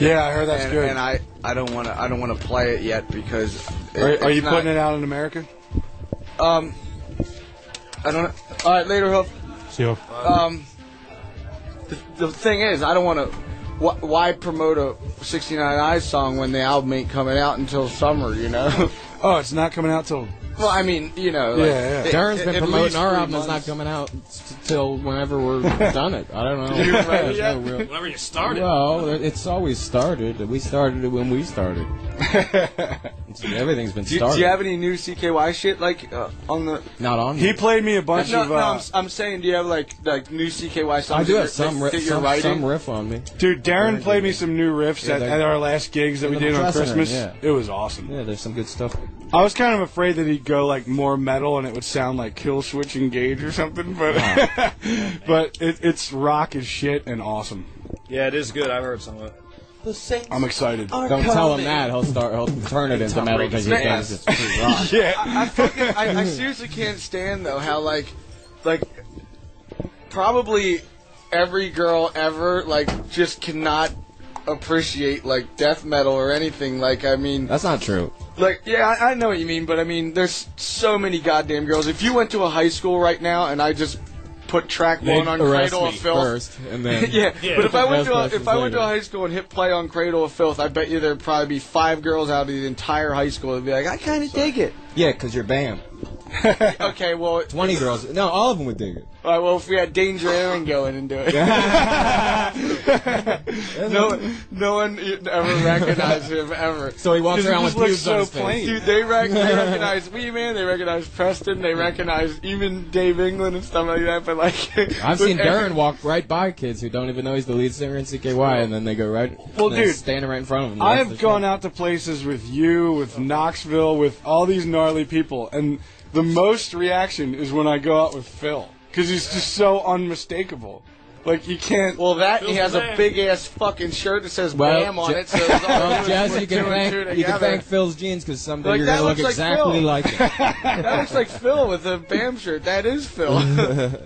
Speaker 8: Yeah, I heard that's
Speaker 17: and,
Speaker 8: good.
Speaker 17: And I I don't want to I don't want to play it yet because it-
Speaker 8: Are, are
Speaker 17: it's
Speaker 8: you
Speaker 17: not-
Speaker 8: putting it out in America?
Speaker 6: Um, I don't. know. All right, later, Hoof.
Speaker 11: See you.
Speaker 6: Um, the, the thing is, I don't want to. Wh- why promote a 69 Eyes song when the album ain't coming out until summer? You know.
Speaker 8: Oh, it's not coming out till.
Speaker 6: well, I mean, you know. Like,
Speaker 8: Yeah, yeah.
Speaker 7: Darren's
Speaker 6: at-
Speaker 7: been
Speaker 6: at
Speaker 7: promoting
Speaker 6: least
Speaker 7: our
Speaker 6: three
Speaker 7: album. It's not
Speaker 6: months.
Speaker 7: coming out s- uh, till whenever we're done it. I don't know.
Speaker 18: You're right,
Speaker 7: There's
Speaker 18: yeah.
Speaker 7: no real-
Speaker 18: Whenever you started.
Speaker 7: Well, there- it's always started. We started it when we started. It's- everything's been
Speaker 6: Do you, do
Speaker 7: started.
Speaker 6: you have any new CKY shit like uh, on the?
Speaker 7: Not on.
Speaker 6: He
Speaker 8: played me a
Speaker 7: bunch
Speaker 6: no,
Speaker 7: of,
Speaker 6: No,
Speaker 7: uh,
Speaker 6: I'm, s- I'm saying, do you have like like new CKY songs?
Speaker 7: I do have
Speaker 6: that you're-
Speaker 7: some
Speaker 6: that,
Speaker 7: riff,
Speaker 6: that you're
Speaker 7: some,
Speaker 6: writing?
Speaker 7: some riff on me.
Speaker 8: Dude, Darren played me some new riffs
Speaker 7: Yeah,
Speaker 8: at,
Speaker 7: they're-
Speaker 8: at our last gigs that we
Speaker 7: in the
Speaker 8: did on
Speaker 7: dressing room,
Speaker 8: Christmas.
Speaker 7: yeah.
Speaker 8: It was awesome.
Speaker 7: Yeah, there's some good stuff.
Speaker 8: I was kind of afraid that he'd go like more metal and it would sound like Kill Switch Engage or something, but but it, it's rock as shit and awesome.
Speaker 19: Yeah, it is good. I've heard some of it.
Speaker 18: The Saints
Speaker 8: I'm excited.
Speaker 18: are
Speaker 7: Don't tell him
Speaker 18: coming.
Speaker 7: that. He'll start. He'll turn it into
Speaker 18: Tom
Speaker 7: metal
Speaker 18: Brady's
Speaker 7: because he
Speaker 6: man.
Speaker 7: thinks it's pretty rock.
Speaker 6: I, I fucking I, I seriously can't stand though how like like probably every girl ever like just cannot appreciate like death metal or anything. Like I mean
Speaker 7: That's not true.
Speaker 6: like yeah, I, I know what you mean, but I mean there's so many goddamn girls. If you went to a high school right now and I just put track
Speaker 7: They'd
Speaker 6: one on
Speaker 7: arrest me
Speaker 6: Cradle of Filth
Speaker 7: first, and then-
Speaker 6: yeah.
Speaker 7: Yeah.
Speaker 6: But if I went
Speaker 7: Ask
Speaker 6: to a,
Speaker 7: questions
Speaker 6: if I went to a
Speaker 7: later.
Speaker 6: high school and hit play on Cradle of Filth, I bet you there'd probably be five girls out of the entire high school that'd be like, I kind of dig it.
Speaker 7: Yeah, because you're BAM.
Speaker 6: Okay, well,
Speaker 7: Twenty girls. No, all of them would dig it.
Speaker 6: All right, well, if we had Danger Aaron going into it, no, no one ever recognized him ever.
Speaker 7: So he walks
Speaker 6: Because
Speaker 7: around
Speaker 6: just
Speaker 7: with
Speaker 6: looks
Speaker 7: pubes on his
Speaker 6: so
Speaker 7: face.
Speaker 6: plain. Dude, they, rec- they recognize Wee Man, they recognize Preston, they recognize even Dave England and stuff like that. But like,
Speaker 7: I've
Speaker 6: with
Speaker 7: seen
Speaker 6: every-
Speaker 7: Darren walk right by kids who don't even know he's the lead singer in CKY, and then they go right.
Speaker 8: Well,
Speaker 7: and they're
Speaker 8: dude,
Speaker 7: standing right in front of him.
Speaker 8: I have gone out to places with you, with Knoxville, with all these gnarly people, and the most reaction is when I go out with Phil because he's just so unmistakable. Like you can't.
Speaker 6: Well, that and he has a big ass fucking shirt that says
Speaker 7: Well,
Speaker 6: BAM on
Speaker 7: Ja-
Speaker 6: it. So it's all
Speaker 7: well,
Speaker 6: good.
Speaker 7: Jazz,
Speaker 6: Put
Speaker 7: you
Speaker 6: two
Speaker 7: can
Speaker 6: and
Speaker 7: thank
Speaker 6: two
Speaker 7: you can
Speaker 6: together.
Speaker 7: thank Phil's jeans because someday
Speaker 6: Like,
Speaker 7: you're gonna
Speaker 6: that
Speaker 7: look
Speaker 6: looks like
Speaker 7: exactly
Speaker 6: Phil.
Speaker 7: like
Speaker 6: that looks like Phil with a BAM shirt. That is Phil.
Speaker 7: him.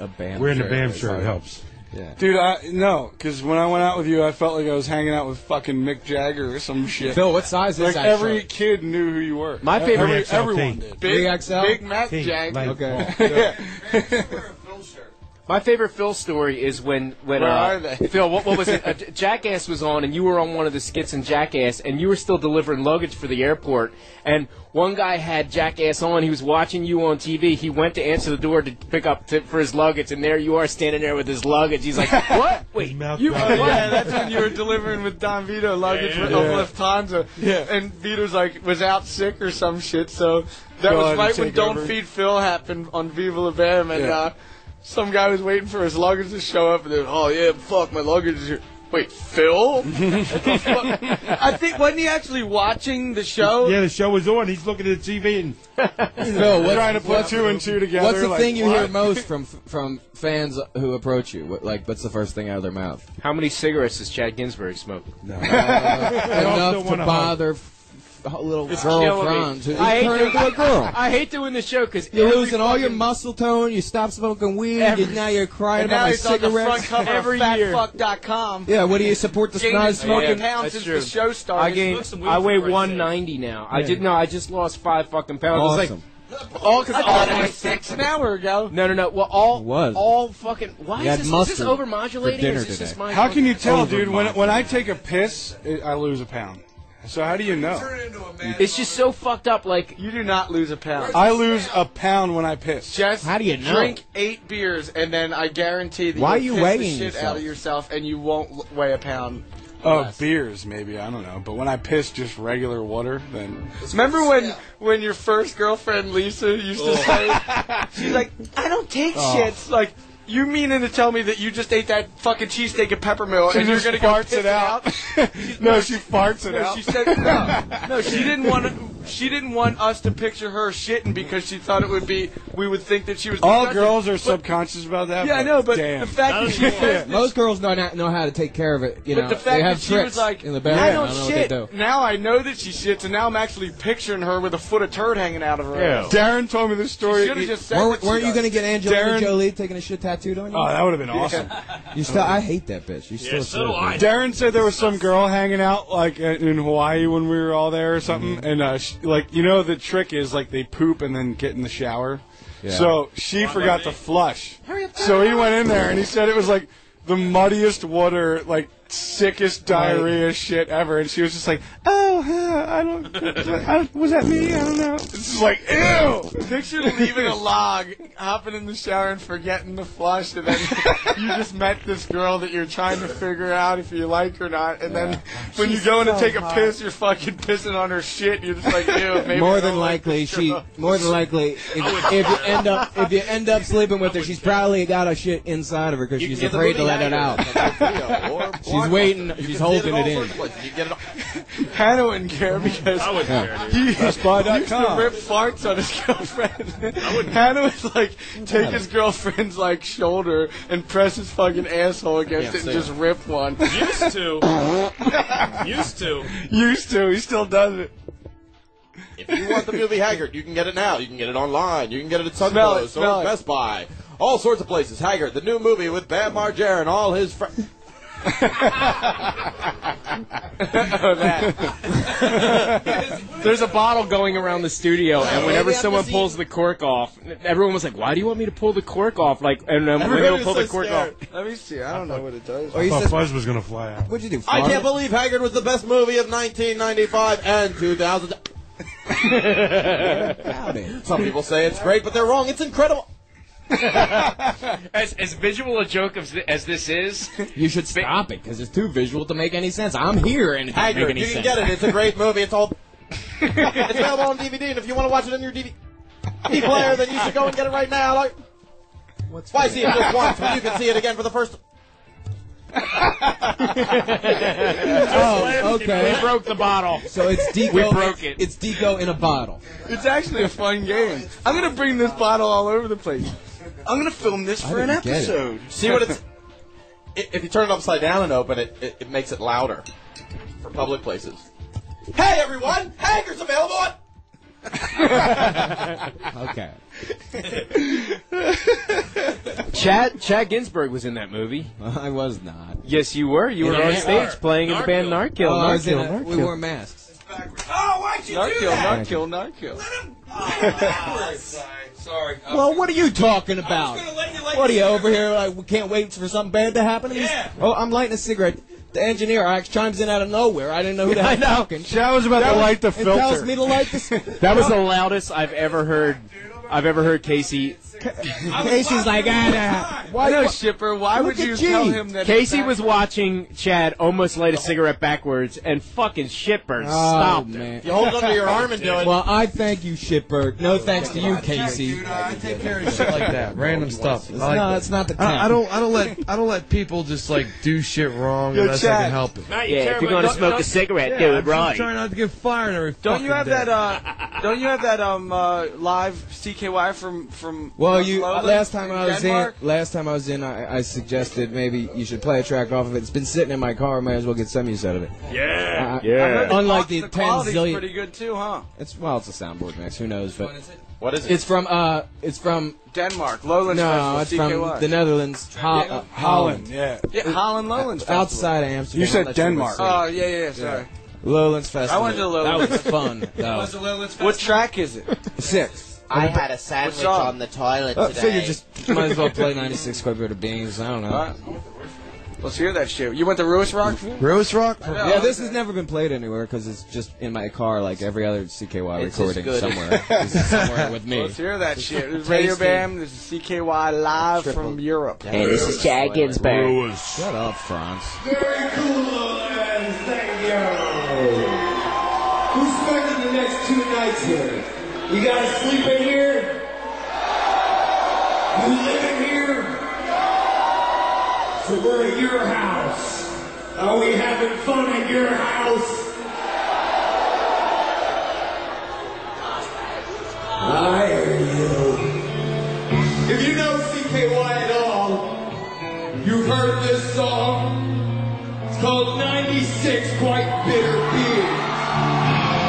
Speaker 7: a BAM.
Speaker 11: Wearing the
Speaker 7: shirt,
Speaker 11: BAM
Speaker 7: it's
Speaker 11: shirt
Speaker 7: like-
Speaker 11: helps.
Speaker 7: Yeah.
Speaker 8: Dude, I no, because when I went out with you, I felt like I was hanging out with fucking Mick Jagger or some shit.
Speaker 7: Phil, what size is
Speaker 8: like
Speaker 7: that
Speaker 8: every
Speaker 7: shirt?
Speaker 8: kid knew who you were.
Speaker 7: My favorite-
Speaker 8: Every,
Speaker 7: 3XL
Speaker 8: everyone
Speaker 7: T.
Speaker 8: did.
Speaker 7: Big- 3XL?
Speaker 6: Big Mac
Speaker 7: T,
Speaker 6: Jag.
Speaker 7: like,
Speaker 6: okay.
Speaker 9: My favorite Phil story is when when
Speaker 6: Where
Speaker 9: uh,
Speaker 6: are they?
Speaker 9: Phil, what, what was it? Uh, J- Jackass was on, and you were on one of the skits in Jackass, and you were still delivering luggage for the airport. And one guy had Jackass on; he was watching you on TV. He went to answer the door to pick up tip for his luggage, and there you are standing there with his luggage. He's like, "What? Wait, you
Speaker 6: Oh, yeah, that's when you were delivering with Don Vito luggage
Speaker 9: Yeah,
Speaker 6: with
Speaker 9: yeah.
Speaker 6: of Lufthansa.
Speaker 9: Yeah.
Speaker 6: And Vito's like was out sick or some shit, so
Speaker 8: Go
Speaker 6: that
Speaker 8: ahead
Speaker 6: was
Speaker 8: and
Speaker 6: right when
Speaker 8: take
Speaker 6: Don't
Speaker 8: over.
Speaker 6: Feed Phil happened on Viva La Bam and
Speaker 8: Yeah.
Speaker 6: uh, some guy was waiting for his luggage to show up and then oh yeah, fuck my luggage is here. Wait, Phil? I think wasn't he actually watching the show?
Speaker 11: Yeah, the show was on. He's looking at the TV and
Speaker 7: Phil, what-
Speaker 8: trying to put
Speaker 7: what-
Speaker 8: two and two together.
Speaker 7: What's the
Speaker 8: like,
Speaker 7: thing you
Speaker 8: what?
Speaker 7: hear most from from fans who approach you? What, like, what's the first thing out of their mouth?
Speaker 9: How many cigarettes does Chad Ginsburg smoke? No.
Speaker 7: Enough to bother f- f- little
Speaker 9: It's
Speaker 7: girl
Speaker 9: killing me.
Speaker 7: Franz. who-
Speaker 9: I
Speaker 7: you
Speaker 9: hate
Speaker 7: turn
Speaker 9: doing-
Speaker 7: into a girl.
Speaker 9: I hate doing the show because
Speaker 7: You're losing all your muscle tone. You stop smoking weed.
Speaker 9: Every-
Speaker 7: you, now you're crying
Speaker 6: and
Speaker 7: about
Speaker 6: now
Speaker 7: my
Speaker 6: he's on the front
Speaker 7: cigarettes.
Speaker 6: cover of fatfuck.com.
Speaker 7: Yeah, what do you support the
Speaker 6: Gained
Speaker 7: snide
Speaker 6: 40
Speaker 7: smoking-
Speaker 6: pounds
Speaker 7: That's
Speaker 6: since
Speaker 7: true.
Speaker 6: the show started.
Speaker 9: I gained. I weigh 190 now. I
Speaker 7: Yeah.
Speaker 9: did not. I just lost five fucking pounds. It's
Speaker 7: Awesome.
Speaker 9: like, all because
Speaker 6: I
Speaker 9: all
Speaker 6: thought it was six an hour ago.
Speaker 9: No, no, no. Well, all
Speaker 7: It was.
Speaker 9: all fucking. Why
Speaker 7: You had
Speaker 9: is this, is
Speaker 7: mustard
Speaker 9: this overmodulating?
Speaker 7: for dinner
Speaker 9: or is this
Speaker 7: today.
Speaker 9: just my
Speaker 8: How can you tell,
Speaker 9: Overmodulating.
Speaker 8: dude? When when I take a piss, it, I lose a pound. So how do you know?
Speaker 9: It's just so fucked up. Like
Speaker 6: you do not lose a pound.
Speaker 8: I lose a pound when I piss.
Speaker 6: Just
Speaker 8: how do you
Speaker 6: Drink eight beers, and then I guarantee that
Speaker 8: Why
Speaker 6: you'll
Speaker 8: are you
Speaker 6: piss the
Speaker 8: weighing
Speaker 6: shit out of yourself, and you won't l- weigh a pound.
Speaker 8: Oh, beers maybe I don't know. But when I piss just regular water, then
Speaker 6: Remember when when your first girlfriend Lisa used to say, she's like, "I don't take
Speaker 8: Oh.
Speaker 6: shits." Like, You meaning to tell me that you just ate that fucking cheesesteak and peppermill
Speaker 8: She
Speaker 6: and you're
Speaker 8: just
Speaker 6: gonna go
Speaker 8: farts
Speaker 6: piss
Speaker 8: it
Speaker 6: it
Speaker 8: out.
Speaker 6: out?
Speaker 8: No, she farts it
Speaker 6: No,
Speaker 8: out.
Speaker 6: She said no. No, she didn't want. To, she didn't want us to picture her shitting because she thought it would be. We would think that she was.
Speaker 8: All
Speaker 6: disgusting.
Speaker 8: girls are
Speaker 6: But-
Speaker 8: subconscious about that.
Speaker 6: Yeah, I know, but
Speaker 8: damn.
Speaker 6: the fact that she says this
Speaker 7: Most girls know not know how to take care of it. You
Speaker 6: but
Speaker 7: know,
Speaker 6: the fact
Speaker 7: they have
Speaker 6: that she
Speaker 7: tricks
Speaker 6: was like,
Speaker 7: in the
Speaker 6: I
Speaker 7: bathroom.
Speaker 6: don't,
Speaker 7: I don't know
Speaker 6: shit.
Speaker 7: what they do.
Speaker 6: Now I know that she shits, and now I'm actually picturing her with a foot of turd hanging out of her. ass.
Speaker 8: Darren told me this story.
Speaker 6: She should've just said
Speaker 7: Weren't,
Speaker 6: that she
Speaker 7: weren't you
Speaker 6: does.
Speaker 7: going to get Angelina
Speaker 8: Darren-
Speaker 7: Jolie taking a shit tattooed on you?
Speaker 8: Oh, that would've been awesome.
Speaker 7: You still, I hate that bitch. You still should, man.
Speaker 8: Darren said there was some girl hanging out like uh, in Hawaii when we were all there or something,
Speaker 9: Mm-hmm.
Speaker 8: and uh, sh like you know the trick is like they poop and then get in the shower.
Speaker 13: Yeah.
Speaker 8: So she forgot to flush. So he went in there and he said it was like the muddiest water, like sickest diarrhea shit ever, and she was just like, "Oh, huh, I don't, I don't- was that me? I don't know." It's just like, ew.
Speaker 6: Picture leaving a log, hopping in the shower and forgetting to flush, and then you just met this girl that you're trying to figure out if you like or not, and then when
Speaker 8: She's
Speaker 6: you go in to
Speaker 8: so
Speaker 6: take
Speaker 8: hot.
Speaker 6: a piss, you're fucking pissing on her shit. And you're just like, ew, maybe I
Speaker 7: more
Speaker 6: don't
Speaker 7: than
Speaker 6: like
Speaker 7: likely,
Speaker 6: this
Speaker 7: she.
Speaker 6: girl."
Speaker 7: More than likely, if, if you end up if you end up sleeping with her, she's probably got a shit inside of her because she's
Speaker 10: get the
Speaker 7: afraid to
Speaker 10: movie
Speaker 7: let it out. she's waiting. She's holding it in.
Speaker 6: Hannah wouldn't care because I
Speaker 7: wouldn't Yeah. care, dude.
Speaker 6: he
Speaker 7: That's by.com.
Speaker 6: used to rip farts on his girlfriend. Hannah would like take his girlfriend's like shoulder and press his fucking asshole against
Speaker 18: can't
Speaker 6: it and
Speaker 18: say
Speaker 6: just
Speaker 18: that.
Speaker 6: rip one.
Speaker 18: Used to. Used to.
Speaker 6: Used to, he still does it.
Speaker 10: If you want the movie Haggard, you can get it now. You can get it online. You can get it at
Speaker 6: Smell it,
Speaker 10: Sunblow,
Speaker 6: smell
Speaker 10: so
Speaker 6: it.
Speaker 10: Best Buy, all sorts of places. Haggard, the new movie with Bam Margera and all his friends.
Speaker 6: Oh, that.
Speaker 9: There's a bottle going around the studio, and whenever
Speaker 6: Maybe I'm
Speaker 9: someone
Speaker 6: just
Speaker 9: pulls the cork off, everyone was like, "Why do you want me to pull the cork off?" Like, and um, when they'll pull the cork off.
Speaker 6: Let me see. I don't know what it does.
Speaker 9: I thought
Speaker 11: Buzz was gonna fly out.
Speaker 7: What'd you do?
Speaker 10: I can't believe Haggard was the best movie of 1995 and 2000. Some people say it's great, but they're wrong. It's incredible.
Speaker 9: As, as visual a joke as, th- as this is,
Speaker 7: You should stop it because it's too visual to make any sense. I'm here and it doesn't make
Speaker 10: Haggard,
Speaker 7: any
Speaker 10: you can get
Speaker 7: sense.
Speaker 10: it. It's a great movie. It's all. it's available on DVD, and if you want to watch it on your DVD player, then you should go and get it right now. Like, why see it just once when you can see it again for the first?
Speaker 7: oh, okay.
Speaker 9: We broke the bottle.
Speaker 7: So it's Deco.
Speaker 9: We broke
Speaker 7: it. It's Deco in a bottle.
Speaker 6: It's actually a fun game. I'm gonna bring this bottle all over the place. I'm gonna film this
Speaker 10: I
Speaker 6: for an
Speaker 10: didn't get it.
Speaker 6: episode.
Speaker 10: See what it's. i- If you turn it upside down and open it, it, it makes it louder for public places. Hey everyone, Haggard's available. On-
Speaker 7: Okay.
Speaker 9: Chad Chad Ginsburg was in that movie.
Speaker 7: I was not.
Speaker 9: Yes, you were. You
Speaker 7: In
Speaker 9: were on
Speaker 7: NAR.
Speaker 9: stage playing in the band Narkill.
Speaker 7: Oh, I was in
Speaker 9: Narkill,
Speaker 7: a- we
Speaker 9: Narkill.
Speaker 7: wore masks.
Speaker 6: Narkill, Narkill, Narkill.
Speaker 18: Sorry.
Speaker 7: Well, what are you talking about? What are you over here? Like, we can't wait for something bad to happen. to me? Oh, I'm lighting a cigarette. The engineer I, chimes in out of nowhere. I didn't know who the hell was talking.
Speaker 8: Chad was about
Speaker 7: That
Speaker 8: to
Speaker 7: was-
Speaker 8: light the
Speaker 7: it tells
Speaker 8: filter.
Speaker 7: me to light this.
Speaker 9: That was the loudest I've ever heard. I've ever heard Casey.
Speaker 7: Casey's like, ah, nah.
Speaker 6: Why no, Shipper? Why
Speaker 7: Look at
Speaker 6: would you
Speaker 7: G.
Speaker 6: tell him that?
Speaker 9: Casey
Speaker 6: it's
Speaker 9: was watching Chad almost light a cigarette backwards, and fucking Shitbird
Speaker 7: Oh,
Speaker 9: stopped her.
Speaker 7: man.
Speaker 10: You hold it under your arm and do it.
Speaker 7: Well, I thank you, Shitbird. No thanks to you, Casey.
Speaker 12: uh, I take care of shit like that.
Speaker 13: Random stuff.
Speaker 12: I like
Speaker 7: no,
Speaker 12: that.
Speaker 7: it's not the time.
Speaker 12: I, I don't. I don't let. I don't let people just like do shit wrong
Speaker 6: Yo,
Speaker 12: unless I
Speaker 6: Chad.
Speaker 12: can help it.
Speaker 9: yeah, if you're going to smoke a cigarette, do it
Speaker 12: I'm
Speaker 9: right.
Speaker 12: Just trying not to get fired every.
Speaker 6: Don't
Speaker 12: fucking
Speaker 6: you have
Speaker 12: day.
Speaker 6: that? Uh, don't you have that um uh, live CKY from from?
Speaker 7: Well,
Speaker 6: uh,
Speaker 7: you
Speaker 6: Lola
Speaker 7: last time I
Speaker 6: in
Speaker 7: was
Speaker 6: Denmark?
Speaker 7: in, last time I was in, I, I suggested maybe you should play a track off of it. It's been sitting in my car. Might as well get some use out of it.
Speaker 18: Yeah.
Speaker 7: Uh, Unlike the,
Speaker 6: the
Speaker 7: ten
Speaker 6: quality's
Speaker 7: zillion,
Speaker 6: pretty good too, huh?
Speaker 7: it's well, it's a soundboard mix. Who knows? But
Speaker 10: what is it?
Speaker 7: It's from uh, it's from
Speaker 6: Denmark, Lowland
Speaker 7: no,
Speaker 6: Festival,
Speaker 7: it's
Speaker 6: CKY.
Speaker 7: from the Netherlands, Ho- uh, Holland,
Speaker 8: yeah.
Speaker 6: Yeah, Holland Lowlands. Festival.
Speaker 7: outside of Amsterdam.
Speaker 8: You said
Speaker 7: That's what it
Speaker 8: Denmark.
Speaker 7: said.
Speaker 6: Oh yeah, yeah, yeah, sorry.
Speaker 7: Lowlands Festival.
Speaker 6: I went to the Lowlands.
Speaker 7: That was fun. though.
Speaker 6: What track is it?
Speaker 7: Six.
Speaker 17: I had a sandwich
Speaker 6: song?
Speaker 17: on the toilet
Speaker 7: Uh,
Speaker 6: Oh,
Speaker 17: today.
Speaker 7: figure just might as well play 96 square foot of beans. I don't know.
Speaker 6: All right. Let's hear that shit. You went to Ruiz Rock?
Speaker 7: Rose Rock.
Speaker 6: know.
Speaker 7: Yeah, this has never been played anywhere because it's just in my car, like every other CKY
Speaker 17: It's as
Speaker 7: recording
Speaker 17: good.
Speaker 7: somewhere. It's just somewhere with me.
Speaker 6: Let's hear that shit. This is
Speaker 7: Tasty.
Speaker 6: Radio Bam. This is CKY
Speaker 17: Ah,
Speaker 6: live
Speaker 7: Triple.
Speaker 6: from Europe.
Speaker 7: Hey, this is
Speaker 17: Chad Ginsberg.
Speaker 7: Shut up, Franz.
Speaker 18: Very cool, and thank you. Who's spending the next two nights here? You guys sleep in here? You live in here?
Speaker 17: over at your house. Are we having fun at your house? I hear you. If you know CKY at all, you've heard this song. It's called 96 Quite Bitter Beer.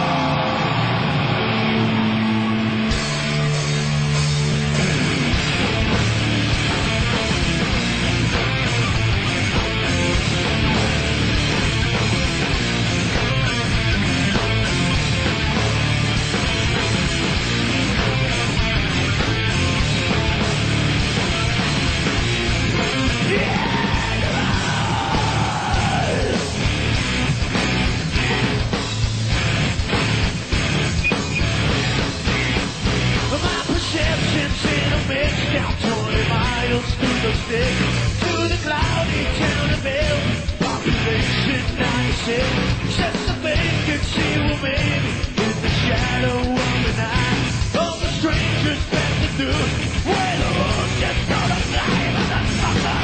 Speaker 2: My perception's in a mix, down 20 miles through the thick, through the cloudy town of Bill. Population 96, just a vacancy will maybe in the shadow of the night. All the strangers passing through, where the hood just gonna fly with the summer.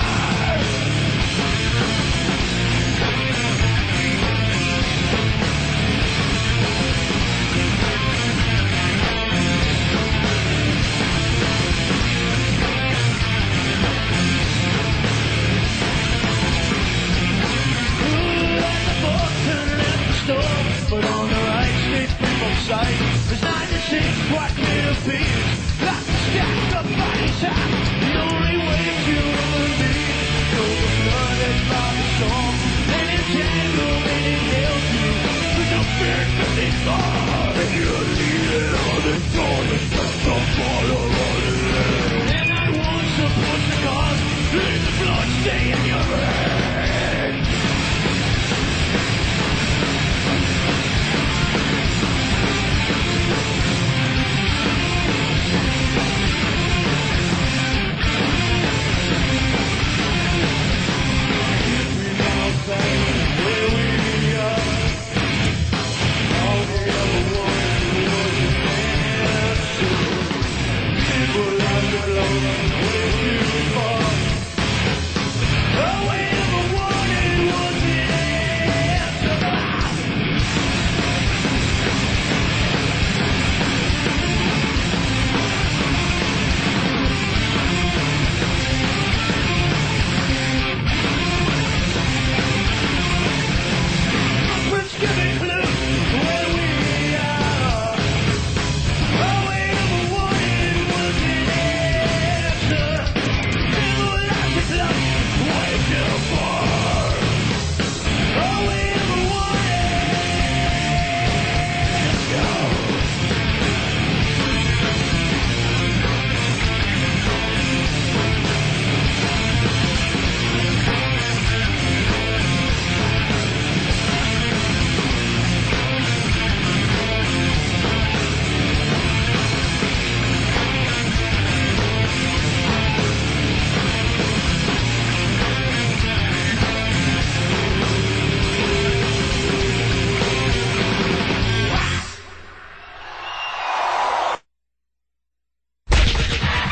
Speaker 2: But on the right, stay free from sight. There's 96 quite bitter beers, like a stack of bodies high. The only way to relieve is over flooded by the storm, and entangled and inhaled you. With no fear to be far, and you leave it all in dawn, and just a follow on the land. And I won't support the cause, let the blood stay in your veins.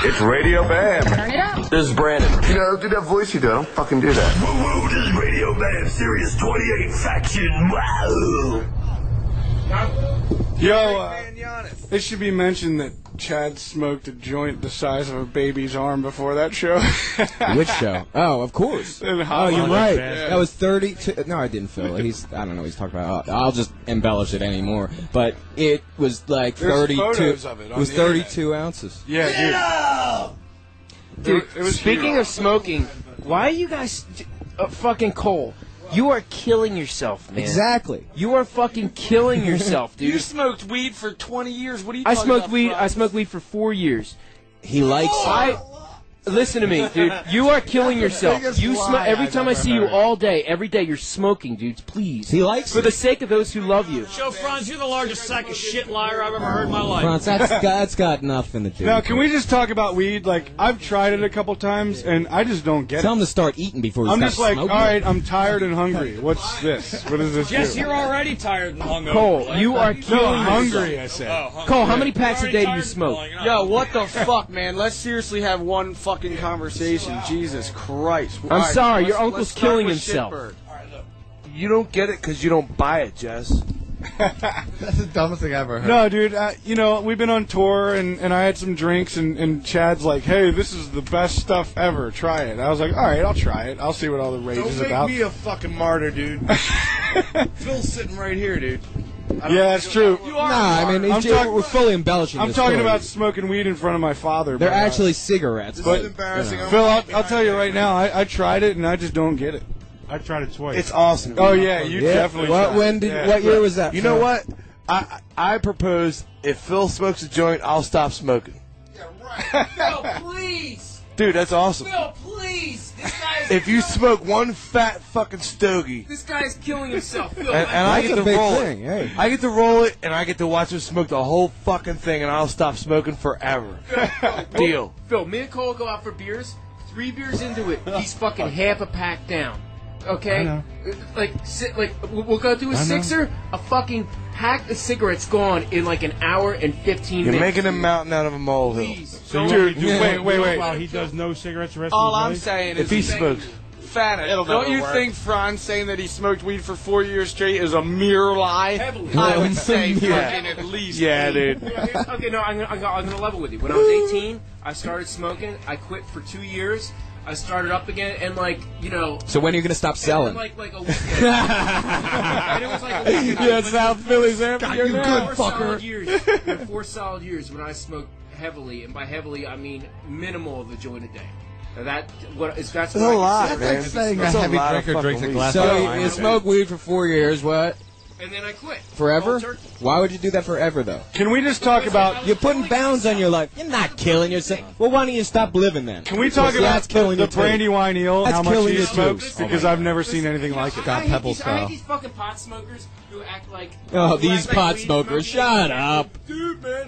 Speaker 6: It's Radio Bam.
Speaker 2: Turn it up.
Speaker 6: This is Brandon. You know, do that voice you do. I don't fucking do that. Woo woo, this is Radio Bam Serious 28 Faction. Wow.
Speaker 8: Yo, uh, it should be mentioned that Chad smoked a joint the size of a baby's arm before that show.
Speaker 7: Which show? Oh, of course.
Speaker 8: And how
Speaker 7: oh, you're
Speaker 8: long
Speaker 7: right.
Speaker 8: it was.
Speaker 7: That was 32. No, I didn't feel it. He's. I don't know. What he's talking about. Oh, I'll I'll just embellish it anymore. But it was like
Speaker 8: There's
Speaker 7: 32.
Speaker 8: photos of it on
Speaker 7: was
Speaker 8: the
Speaker 7: 32
Speaker 8: internet.
Speaker 7: ounces.
Speaker 8: Yeah, dude.
Speaker 20: Dude,
Speaker 8: It was
Speaker 9: speaking
Speaker 20: huge.
Speaker 9: of smoking, why are you guys uh, fucking Cole? You are killing yourself, man.
Speaker 20: Exactly.
Speaker 9: You are fucking killing yourself, dude.
Speaker 20: You
Speaker 9: smoked weed for 20 years. What are
Speaker 20: you
Speaker 9: I
Speaker 20: talking
Speaker 9: smoked
Speaker 20: about,
Speaker 9: weed.
Speaker 20: bro?
Speaker 9: I smoked weed for four years.
Speaker 7: He likes.
Speaker 9: I listen to me, dude. You are killing
Speaker 20: That's the
Speaker 9: yourself.
Speaker 20: biggest
Speaker 9: You
Speaker 20: lie
Speaker 9: smoke every
Speaker 20: I've
Speaker 9: time I
Speaker 20: ever
Speaker 9: see you
Speaker 20: heard.
Speaker 9: all day. Every day you're smoking, dudes. Please.
Speaker 7: He likes
Speaker 9: for the sake of those who love you.
Speaker 4: Joe Franz, you're the largest sack of shit liar I've ever heard in my life.
Speaker 7: Franz, that's got, that's got nothing to do.
Speaker 8: Now,
Speaker 7: with
Speaker 8: can
Speaker 7: it.
Speaker 8: we just talk about weed? Like, I've tried it a couple times, and I just don't get
Speaker 7: Tell him
Speaker 8: it.
Speaker 7: to start eating before he's
Speaker 8: I'm
Speaker 7: got
Speaker 8: just like, all
Speaker 7: smoking.
Speaker 8: right, I'm tired and hungry. What's this? What does this
Speaker 4: Jess,
Speaker 8: do?
Speaker 4: you're already tired and hungover.
Speaker 8: Cole,
Speaker 4: Like,
Speaker 8: you are
Speaker 4: no,
Speaker 8: killing
Speaker 4: hungry,
Speaker 8: yourself.
Speaker 4: I said.
Speaker 9: Cole, how many packs a day do you smoke?
Speaker 4: Yo,
Speaker 9: what the fuck, man? Let's seriously have one
Speaker 8: fucking conversation. Jesus Christ.
Speaker 21: I'm
Speaker 8: All right,
Speaker 21: sorry,
Speaker 8: let's-
Speaker 21: your uncle's
Speaker 8: let's start
Speaker 21: killing
Speaker 8: with
Speaker 21: himself.
Speaker 8: Shitbird.
Speaker 6: You don't get it because you don't buy it, Jess.
Speaker 22: That's the dumbest thing I've ever heard.
Speaker 8: No, dude. I, you know, we've been on tour, and, and I had some drinks, and, and Chad's like, "Hey, this is the best stuff ever. Try it." I was like, "All right, I'll try it. I'll see what all the rage
Speaker 6: Don't
Speaker 8: is
Speaker 6: make
Speaker 8: about."
Speaker 6: me a fucking martyr, dude. Phil's sitting right here, dude.
Speaker 8: yeah, that's true.
Speaker 6: You are Nah, a I mean,
Speaker 8: I'm
Speaker 6: martyr. he's-
Speaker 8: talking-
Speaker 6: we're fully embellishing
Speaker 8: I'm
Speaker 6: this
Speaker 8: talking
Speaker 6: story.
Speaker 8: about smoking weed in front of my father.
Speaker 7: They're
Speaker 8: but, uh,
Speaker 7: actually cigarettes.
Speaker 8: but,
Speaker 7: but, you know.
Speaker 8: Phil, I'll, I'll tell you right now, I, I tried it, and I just don't get it.
Speaker 23: I tried it twice.
Speaker 6: It's awesome.
Speaker 8: Oh yeah, you definitely. tried it. Yeah.
Speaker 6: You know what? I I propose if Phil smokes a joint, I'll stop smoking.
Speaker 24: Phil, please.
Speaker 6: Dude, that's awesome.
Speaker 24: Phil, please. This guy is.
Speaker 6: If you smoke one fat fucking stogie,
Speaker 24: This guy is killing himself.
Speaker 6: and,
Speaker 24: Phil,
Speaker 6: and I get to roll
Speaker 24: thing,
Speaker 6: it, I get to roll it, and I get to watch him smoke the whole fucking thing, and I'll stop smoking forever. Deal.
Speaker 9: Phil, me and Cole go out for beers. Three beers into it, he's fucking half a pack down.
Speaker 6: I
Speaker 9: Okay,
Speaker 6: know.
Speaker 9: like si- like we'll we'll go do
Speaker 6: I
Speaker 9: a
Speaker 6: know.
Speaker 9: sixer. A fucking pack of cigarettes gone in like an hour and fifteen
Speaker 6: You're
Speaker 9: minutes.
Speaker 6: making a mountain out of a molehill.
Speaker 23: So you want me to do one deal While he does no cigarettes, the rest
Speaker 25: All
Speaker 23: of
Speaker 25: I'm
Speaker 23: his
Speaker 25: saying
Speaker 23: life?
Speaker 25: is- If he smokes. Fana,
Speaker 8: It'll
Speaker 25: don't
Speaker 8: never
Speaker 25: you
Speaker 8: work.
Speaker 25: think Franz saying that he smoked weed for four years straight is a mere lie? I would say
Speaker 9: Yeah.
Speaker 25: fucking at least.
Speaker 9: Yeah,
Speaker 25: eight.
Speaker 9: dude. okay, no, I'm gonna, I'm, gonna, I'm gonna level with you. When I was 18, I started smoking. I quit for two years. I started up again, and like you know.
Speaker 7: So when are you gonna stop
Speaker 9: and then,
Speaker 7: selling?
Speaker 9: Like like a weekend. and it was like a weekend.
Speaker 7: Yeah, South Philly's after
Speaker 9: God,
Speaker 7: you
Speaker 9: four
Speaker 7: now.
Speaker 9: Solid years, four solid years when I smoked heavily, and by heavily I mean minimal of a joint a day. Now that what is that's what I consider-
Speaker 7: So you, you smoke weed for four years, what?
Speaker 9: and then I quit.
Speaker 7: Forever?
Speaker 9: Cold turkey.
Speaker 7: Why would you do that forever, though?
Speaker 8: Can we just talk about
Speaker 7: you're putting bounds on your life? You're not killing yourself. Well, why don't you stop living then?
Speaker 8: Can we talk
Speaker 7: Because
Speaker 8: about
Speaker 7: that's killing
Speaker 8: the
Speaker 7: you, too.
Speaker 8: brandywine eel?
Speaker 7: That's
Speaker 8: how much
Speaker 7: killing Oh
Speaker 8: he
Speaker 7: you,
Speaker 8: smokes?
Speaker 7: too.
Speaker 8: Because I've never seen anything like it.
Speaker 9: I hate these, I hate these fucking pot smokers who act like who
Speaker 7: Oh, these
Speaker 9: act like
Speaker 7: pot
Speaker 9: weed
Speaker 7: smokers!
Speaker 9: smoking is-
Speaker 7: Shut up.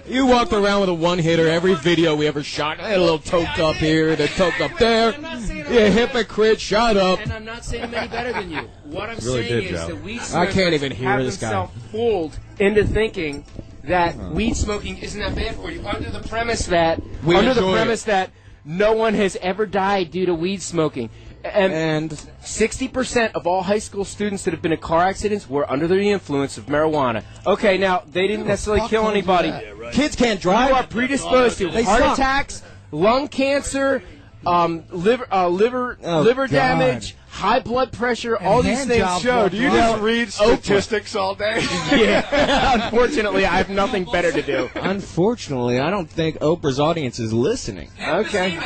Speaker 7: You walked around with a one hitter every video we ever shot. I had a little toked up here, the toked up there. You hypocrite! Shut up.
Speaker 9: And I'm not saying I'm any better than you. What I'm saying
Speaker 7: Really did,
Speaker 9: is
Speaker 7: Joe.
Speaker 9: that weed
Speaker 7: I
Speaker 9: smokers
Speaker 7: can't even hear
Speaker 9: have
Speaker 7: this guy.
Speaker 9: themselves fooled into thinking that weed smoking isn't that bad for you under the premise that
Speaker 21: We
Speaker 9: under the
Speaker 21: enjoy it.
Speaker 9: premise that no one has ever died due to weed smoking. And sixty percent of all high school students that have been in car accidents were under the influence of marijuana. Okay, now they didn't necessarily
Speaker 7: fuck
Speaker 9: kill
Speaker 7: told you
Speaker 9: anybody.
Speaker 7: that? Yeah, right. Kids can't drive.
Speaker 9: You are predisposed to
Speaker 7: They
Speaker 9: heart
Speaker 7: suck.
Speaker 9: attacks, lung cancer, um, liver, uh, liver,
Speaker 7: Oh,
Speaker 9: liver
Speaker 7: God.
Speaker 9: damage, high blood pressure.
Speaker 8: And
Speaker 9: all these
Speaker 8: hand
Speaker 9: things
Speaker 8: jobs
Speaker 9: show.
Speaker 8: like
Speaker 9: Do you
Speaker 8: that.
Speaker 9: just
Speaker 8: Well,
Speaker 9: read
Speaker 8: Oprah.
Speaker 9: statistics all day? yeah. Unfortunately, I have nothing better to do.
Speaker 7: Unfortunately, I don't think Oprah's audience is listening.
Speaker 9: Okay.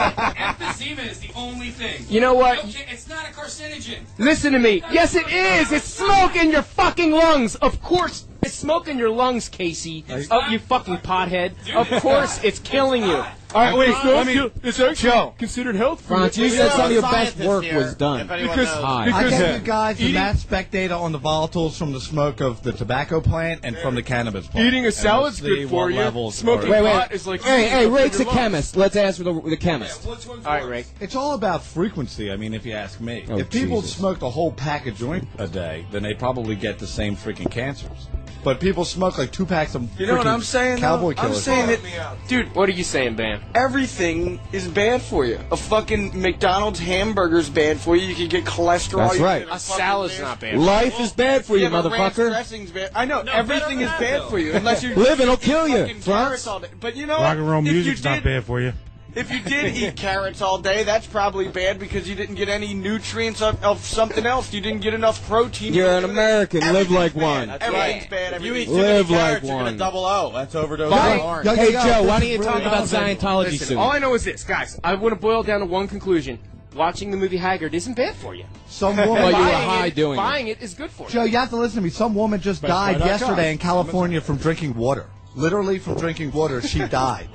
Speaker 24: Emphysema is the only thing.
Speaker 9: You know what?
Speaker 24: No, it's not a carcinogen.
Speaker 9: Listen to me. Yes, it is. It's smoke in your fucking lungs. Of course, it's smoke in your lungs, Casey. Oh, you fucking pothead. Of course, it's killing you.
Speaker 25: All right, wait. Let me. It's actually considered health.
Speaker 7: Franz, you said some of your best work was done. uh,
Speaker 25: Because,
Speaker 22: I
Speaker 25: because
Speaker 22: gave you guys the
Speaker 25: eating-
Speaker 22: mass spec data on the volatiles from the smoke of the tobacco plant and from the cannabis plant.
Speaker 25: Eating a
Speaker 22: And
Speaker 25: salad's
Speaker 22: let's see
Speaker 25: good for
Speaker 22: what
Speaker 25: you.
Speaker 22: levels
Speaker 25: Smoking
Speaker 22: are-
Speaker 25: Wait, wait. pot is like
Speaker 7: hey,
Speaker 25: eating
Speaker 7: hey,
Speaker 25: with
Speaker 7: Rake's a
Speaker 25: your lungs.
Speaker 7: chemist. Let's answer the, the chemist.
Speaker 25: All right, Rick.
Speaker 22: It's all about frequency. I mean, if you ask me,
Speaker 7: Oh,
Speaker 22: if people
Speaker 7: Jesus.
Speaker 22: smoked a whole pack of joint a day, then they probably get the same freaking cancers. But people smoke like two packs of
Speaker 6: You know what
Speaker 22: freaking
Speaker 6: I'm saying? though?
Speaker 22: Cowboy
Speaker 6: I'm
Speaker 22: killers.
Speaker 6: saying that,
Speaker 9: dude. What are you saying, Bam?
Speaker 6: Everything is bad for you. A fucking McDonald's hamburger's bad for you. You can get cholesterol.
Speaker 7: That's
Speaker 6: you
Speaker 7: right.
Speaker 6: can get
Speaker 9: A salad's not bad.
Speaker 7: Life is bad for you,
Speaker 6: Yeah, but ranch
Speaker 7: motherfucker.
Speaker 6: dressing's bad. I know everything is bad for you unless you're
Speaker 7: Living will kill you,
Speaker 6: fucking carrots all day. But you know
Speaker 23: Rock and roll
Speaker 6: what? If you
Speaker 23: music's not
Speaker 6: did-
Speaker 23: bad for you.
Speaker 6: If you did eat carrots all day, that's probably bad because you didn't get any nutrients of, of something else. You didn't get enough protein.
Speaker 7: You're an American. Live like one.
Speaker 6: Everything's bad.
Speaker 3: If you eat
Speaker 6: Everything's
Speaker 3: too
Speaker 7: Live
Speaker 3: many
Speaker 7: like
Speaker 3: carrots, you're gonna
Speaker 7: one.
Speaker 3: double O. That's overdose.
Speaker 9: Why-
Speaker 3: on orange.
Speaker 7: Hey, Joe, why don't you talk about Scientology
Speaker 9: Listen,
Speaker 7: soon?
Speaker 9: all I know is this, guys. I want to boil down to one conclusion. Watching the movie Haggard isn't bad for you.
Speaker 22: Some woman-
Speaker 9: Buying
Speaker 22: Well, you were
Speaker 7: high
Speaker 9: it,
Speaker 7: doing it.
Speaker 9: Buying it is good for you.
Speaker 22: Joe, you have to listen to me. Some woman just
Speaker 9: Best
Speaker 22: died
Speaker 9: Buy.com.
Speaker 22: yesterday in California from drinking water. Literally from drinking water, she died.